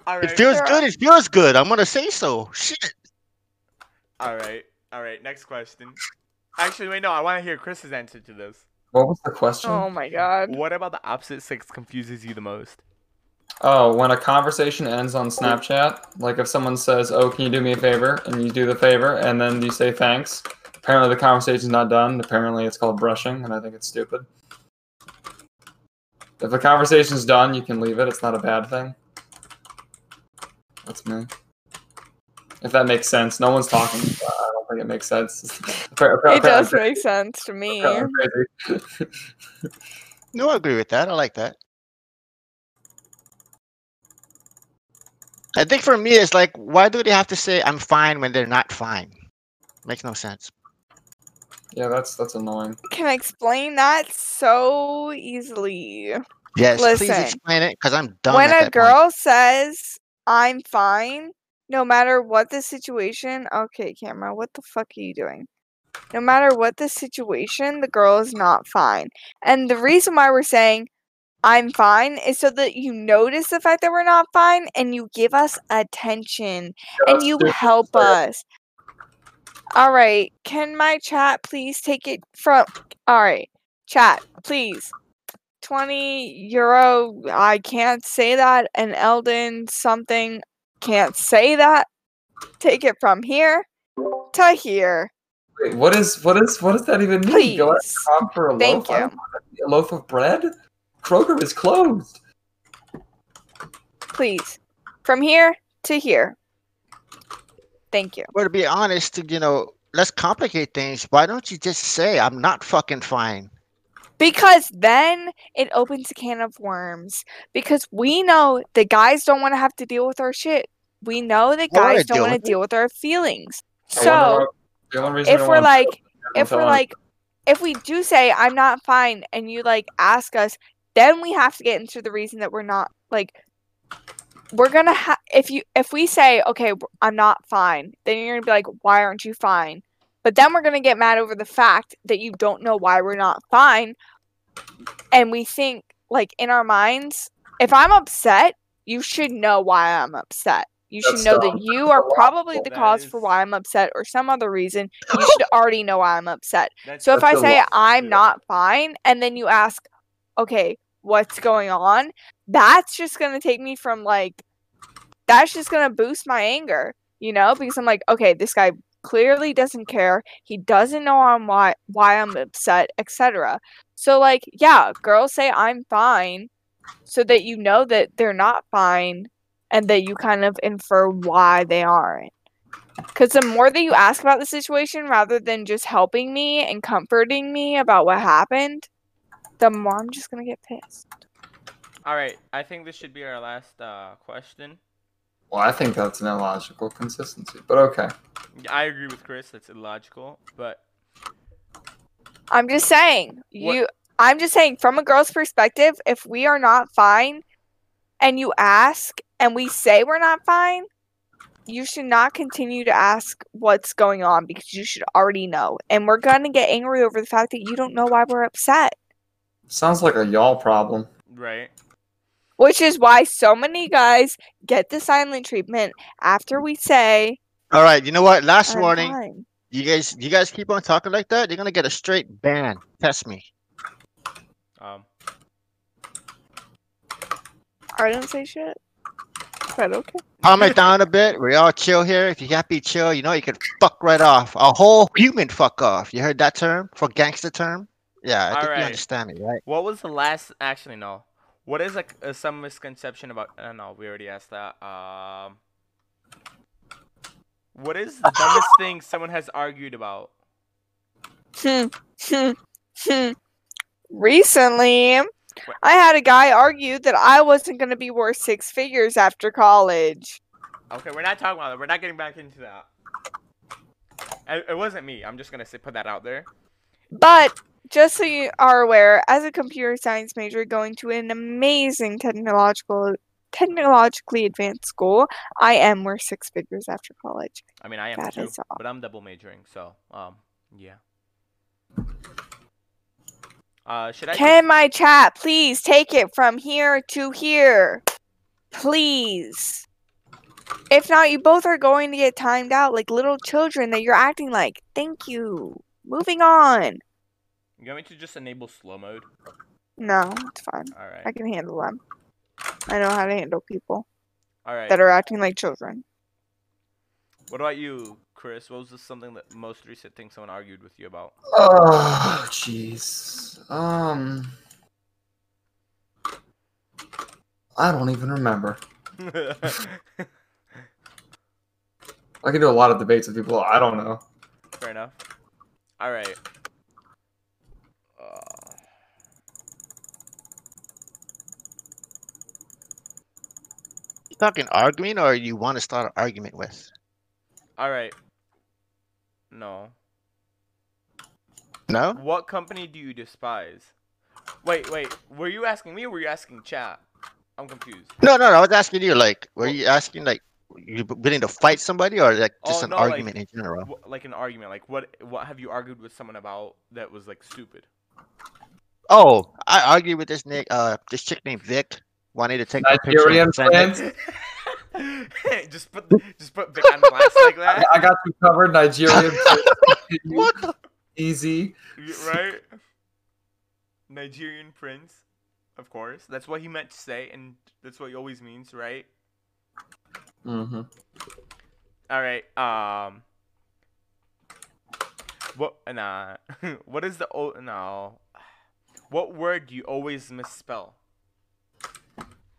Speaker 1: All
Speaker 3: It
Speaker 1: right.
Speaker 3: feels
Speaker 2: They're-
Speaker 3: good. It feels good. I'm gonna say so. Shit.
Speaker 1: All right. All right. Next question. Actually, wait. No, I want to hear Chris's answer to this.
Speaker 4: What was the question?
Speaker 2: Oh my god.
Speaker 1: What about the opposite sex confuses you the most?
Speaker 4: Oh, when a conversation ends on Snapchat, like if someone says, "Oh, can you do me a favor?" and you do the favor, and then you say thanks. Apparently, the conversation's not done. Apparently, it's called brushing, and I think it's stupid. If the conversation's done, you can leave it. It's not a bad thing. That's me. If that makes sense, no one's talking. so I don't think it makes sense.
Speaker 2: It does make sense to me.
Speaker 3: No, I agree with that. I like that. I think for me, it's like, why do they have to say I'm fine when they're not fine? Makes no sense.
Speaker 4: Yeah, that's that's annoying.
Speaker 2: Can explain that so easily.
Speaker 3: Yes,
Speaker 2: Listen,
Speaker 3: please explain it because I'm done.
Speaker 2: when
Speaker 3: at
Speaker 2: a
Speaker 3: that point.
Speaker 2: girl says i'm fine no matter what the situation okay camera what the fuck are you doing no matter what the situation the girl is not fine and the reason why we're saying i'm fine is so that you notice the fact that we're not fine and you give us attention and
Speaker 4: That's
Speaker 2: you
Speaker 4: stupid.
Speaker 2: help
Speaker 4: sir.
Speaker 2: us all right can my chat please take it from all right chat please 20 euro i can't say that and Eldon something can't say that take it from here to here
Speaker 4: Wait, what is what is what does that even mean? Go out
Speaker 2: Please.
Speaker 4: and shop for a
Speaker 2: Thank
Speaker 4: loaf. I don't want A loaf of bread? Kroger is closed.
Speaker 2: please from here to here thank you
Speaker 3: Well, to be honest, you know, let's complicate things. Why don't you just say I'm not fucking fine?
Speaker 2: because then it opens a can of worms because we know the guys don't want to have to deal with our shit we know that
Speaker 3: They wanna
Speaker 2: guys don't
Speaker 3: deal
Speaker 2: want to
Speaker 3: with it.
Speaker 2: deal with our feelings
Speaker 4: I wonder
Speaker 2: so
Speaker 4: why- the only reason I
Speaker 2: if
Speaker 4: don't
Speaker 2: we're
Speaker 4: want-
Speaker 2: like
Speaker 4: I
Speaker 2: if
Speaker 4: don't
Speaker 2: we're
Speaker 4: want-
Speaker 2: like if we do say i'm not fine and you like ask us then we have to get into the reason that we're not like we're gonna have if you if we say okay w- i'm not fine then you're gonna be like why aren't you fine but then we're gonna get mad over the fact that you don't know why we're not fine and we think like in our minds if i'm upset you should know why i'm upset you should
Speaker 4: That's
Speaker 2: know
Speaker 4: dumb.
Speaker 2: that you are probably the
Speaker 1: That
Speaker 2: cause for
Speaker 1: is-
Speaker 2: why I'm upset or some other reason. You should already know why I'm upset.
Speaker 1: That's
Speaker 2: So if I
Speaker 4: That's a
Speaker 2: say
Speaker 4: lot
Speaker 2: I'm
Speaker 1: do.
Speaker 2: not fine and then you ask, okay, what's going on? That's just going to take me from like, that's just going to boost my anger, you know, because I'm like, okay, this guy clearly doesn't care. He doesn't know I'm why, why I'm upset, etc. So like, yeah, girls say I'm fine so that you know that they're not fine and that you kind of infer why they aren't. Because the more that you ask about the situation rather than just helping me and comforting me about what happened, the more I'm just going to get pissed.
Speaker 1: All right. I think this should be our last uh, question.
Speaker 4: Well, I think that's an illogical consistency, but okay.
Speaker 1: I agree with Chris. That's illogical, but
Speaker 2: I'm just saying,
Speaker 1: What-
Speaker 2: you. I'm just saying, from a girl's perspective, if we are not fine and you ask and we say we're not fine, you should not continue to ask what's going on because you should already know. And we're going to get angry over the fact that you don't know why we're upset.
Speaker 4: Sounds like a y'all problem.
Speaker 1: right.
Speaker 2: Which is why so many guys get the silent treatment after we say
Speaker 3: All right, you know what? Last
Speaker 2: "I'm
Speaker 3: warning.
Speaker 2: fine."
Speaker 3: You guys, you guys keep on talking like that. You're gonna get a straight ban. Test me.
Speaker 1: Um.
Speaker 2: I didn't say shit. But okay.
Speaker 3: Calm it down a bit. We all chill here. If you happy, chill. You know you can fuck right off. A whole human fuck off. You heard that term for gangster term? Yeah, I think
Speaker 1: Alright.
Speaker 3: you understand me, right?
Speaker 1: What was the last? Actually, no. What is like uh, some misconception about? Uh, no, we already asked that. Um, what is the dumbest thing someone has argued about?
Speaker 2: Hmm, hmm, hmm. Recently, I had a guy argue that I wasn't going to be worth six figures after college.
Speaker 1: Okay, we're not talking about that. We're not getting back into that. It, it wasn't me. I'm just gonna say, put that out there.
Speaker 2: But just so you are aware, as a computer science major going to an amazing technological, technologically advanced school, I am worth six figures after college.
Speaker 1: I mean, I am
Speaker 2: That
Speaker 1: too,
Speaker 2: is all.
Speaker 1: but I'm double majoring, so um, yeah. Uh, should I?
Speaker 2: Can my chat please take it from here to here? Please. If not, you both are going to get timed out like little children that you're acting like. Thank you. Moving on.
Speaker 1: You want me to just enable slow mode?
Speaker 2: No, it's fine.
Speaker 1: All
Speaker 2: I
Speaker 1: right.
Speaker 2: can handle them. I know how to handle people
Speaker 1: All right.
Speaker 2: that are acting like children.
Speaker 1: What about you, Chris? What was the something that most recent thing someone argued with you about?
Speaker 4: Oh, jeez. Um, I don't even remember.
Speaker 1: Fair
Speaker 4: I could do a lot of debates with people. I don't know.
Speaker 1: enough. All right. Uh,
Speaker 3: You talking arguing or you want to start an argument with?
Speaker 1: all right. No.
Speaker 3: No?
Speaker 1: What company do you despise? Wait, wait. Were you asking me or were you asking chat? I'm confused.
Speaker 3: No, no, no. I was asking you, like, were you asking, like, you b- willing to fight somebody or, like, just
Speaker 1: Oh,
Speaker 3: an
Speaker 1: no, like-
Speaker 3: argument in
Speaker 2: Uh.
Speaker 3: general?
Speaker 1: Wh- like an argument. Like what? What have you argued with someone about that was like stupid?
Speaker 3: Oh, I argued with this Nick, uh, this chick named Vic. Wanted to take a picture.
Speaker 4: Nigerian
Speaker 3: and send it-
Speaker 4: fans,
Speaker 1: just put just put Vic on blast like
Speaker 4: I,
Speaker 1: that,
Speaker 4: I got you covered. Nigerian fans,
Speaker 3: What the?
Speaker 4: easy.
Speaker 1: You- right? Nigerian prince, of course. That's what he meant to say, and that's what he always means, right?
Speaker 4: Mm-hmm.
Speaker 1: All right. Um. What? Nah. what is the oh? No. What word do you always misspell?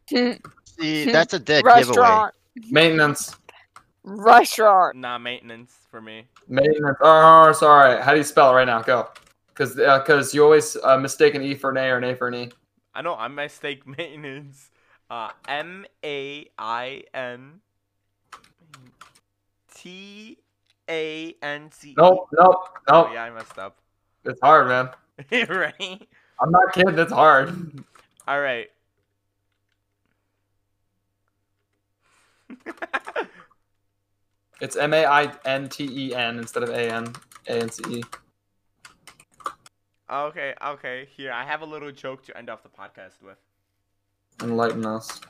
Speaker 3: See, that's a dead giveaway.
Speaker 2: restaurant
Speaker 4: Maintenance,
Speaker 2: restaurant
Speaker 1: Nah, maintenance for me.
Speaker 4: maintenance. Oh, sorry. How do you spell it right now? Go. Because because you always uh, mistake an E for an A or an A for an E.
Speaker 1: I know I mistake maintenance. Uh, M A I N T A N C. E.
Speaker 4: Nope, nope,
Speaker 1: Oh
Speaker 4: nope.
Speaker 1: yeah, I messed up.
Speaker 4: It's hard, man.
Speaker 1: right.
Speaker 4: I'm not kidding. It's hard.
Speaker 1: All right.
Speaker 4: It's M A I N T E N instead of A N A N C E.
Speaker 1: okay, okay. Here, I have a little joke to end off the podcast with.
Speaker 4: Enlighten us.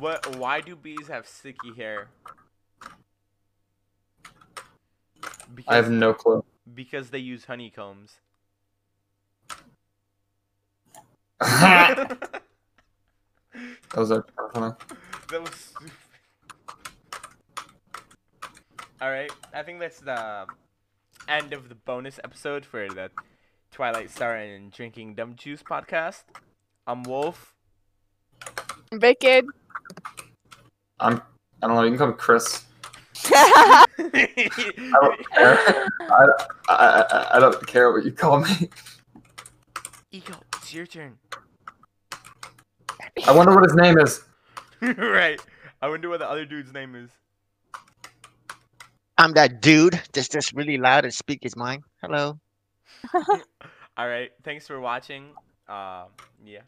Speaker 1: What? Why do bees have sticky hair? Because
Speaker 4: I have no clue.
Speaker 1: because they use honeycombs.
Speaker 4: that
Speaker 1: that
Speaker 4: was a funny.
Speaker 1: was stupid. All right, I think that's the end of the bonus episode for the Twilight Star and Drinking Dumb Juice podcast. I'm Wolf.
Speaker 2: wicked
Speaker 4: I'm. I don't know. You can call me Chris. I
Speaker 1: Eco
Speaker 4: don't care. I, I, I, I don't care what you call me.
Speaker 1: it's your turn.
Speaker 4: I wonder what his name is.
Speaker 1: right. I wonder what the other dude's name is.
Speaker 3: I'm that dude that's just really loud and speak his mind. Hello.
Speaker 1: All right. Thanks for watching. Um. yeah.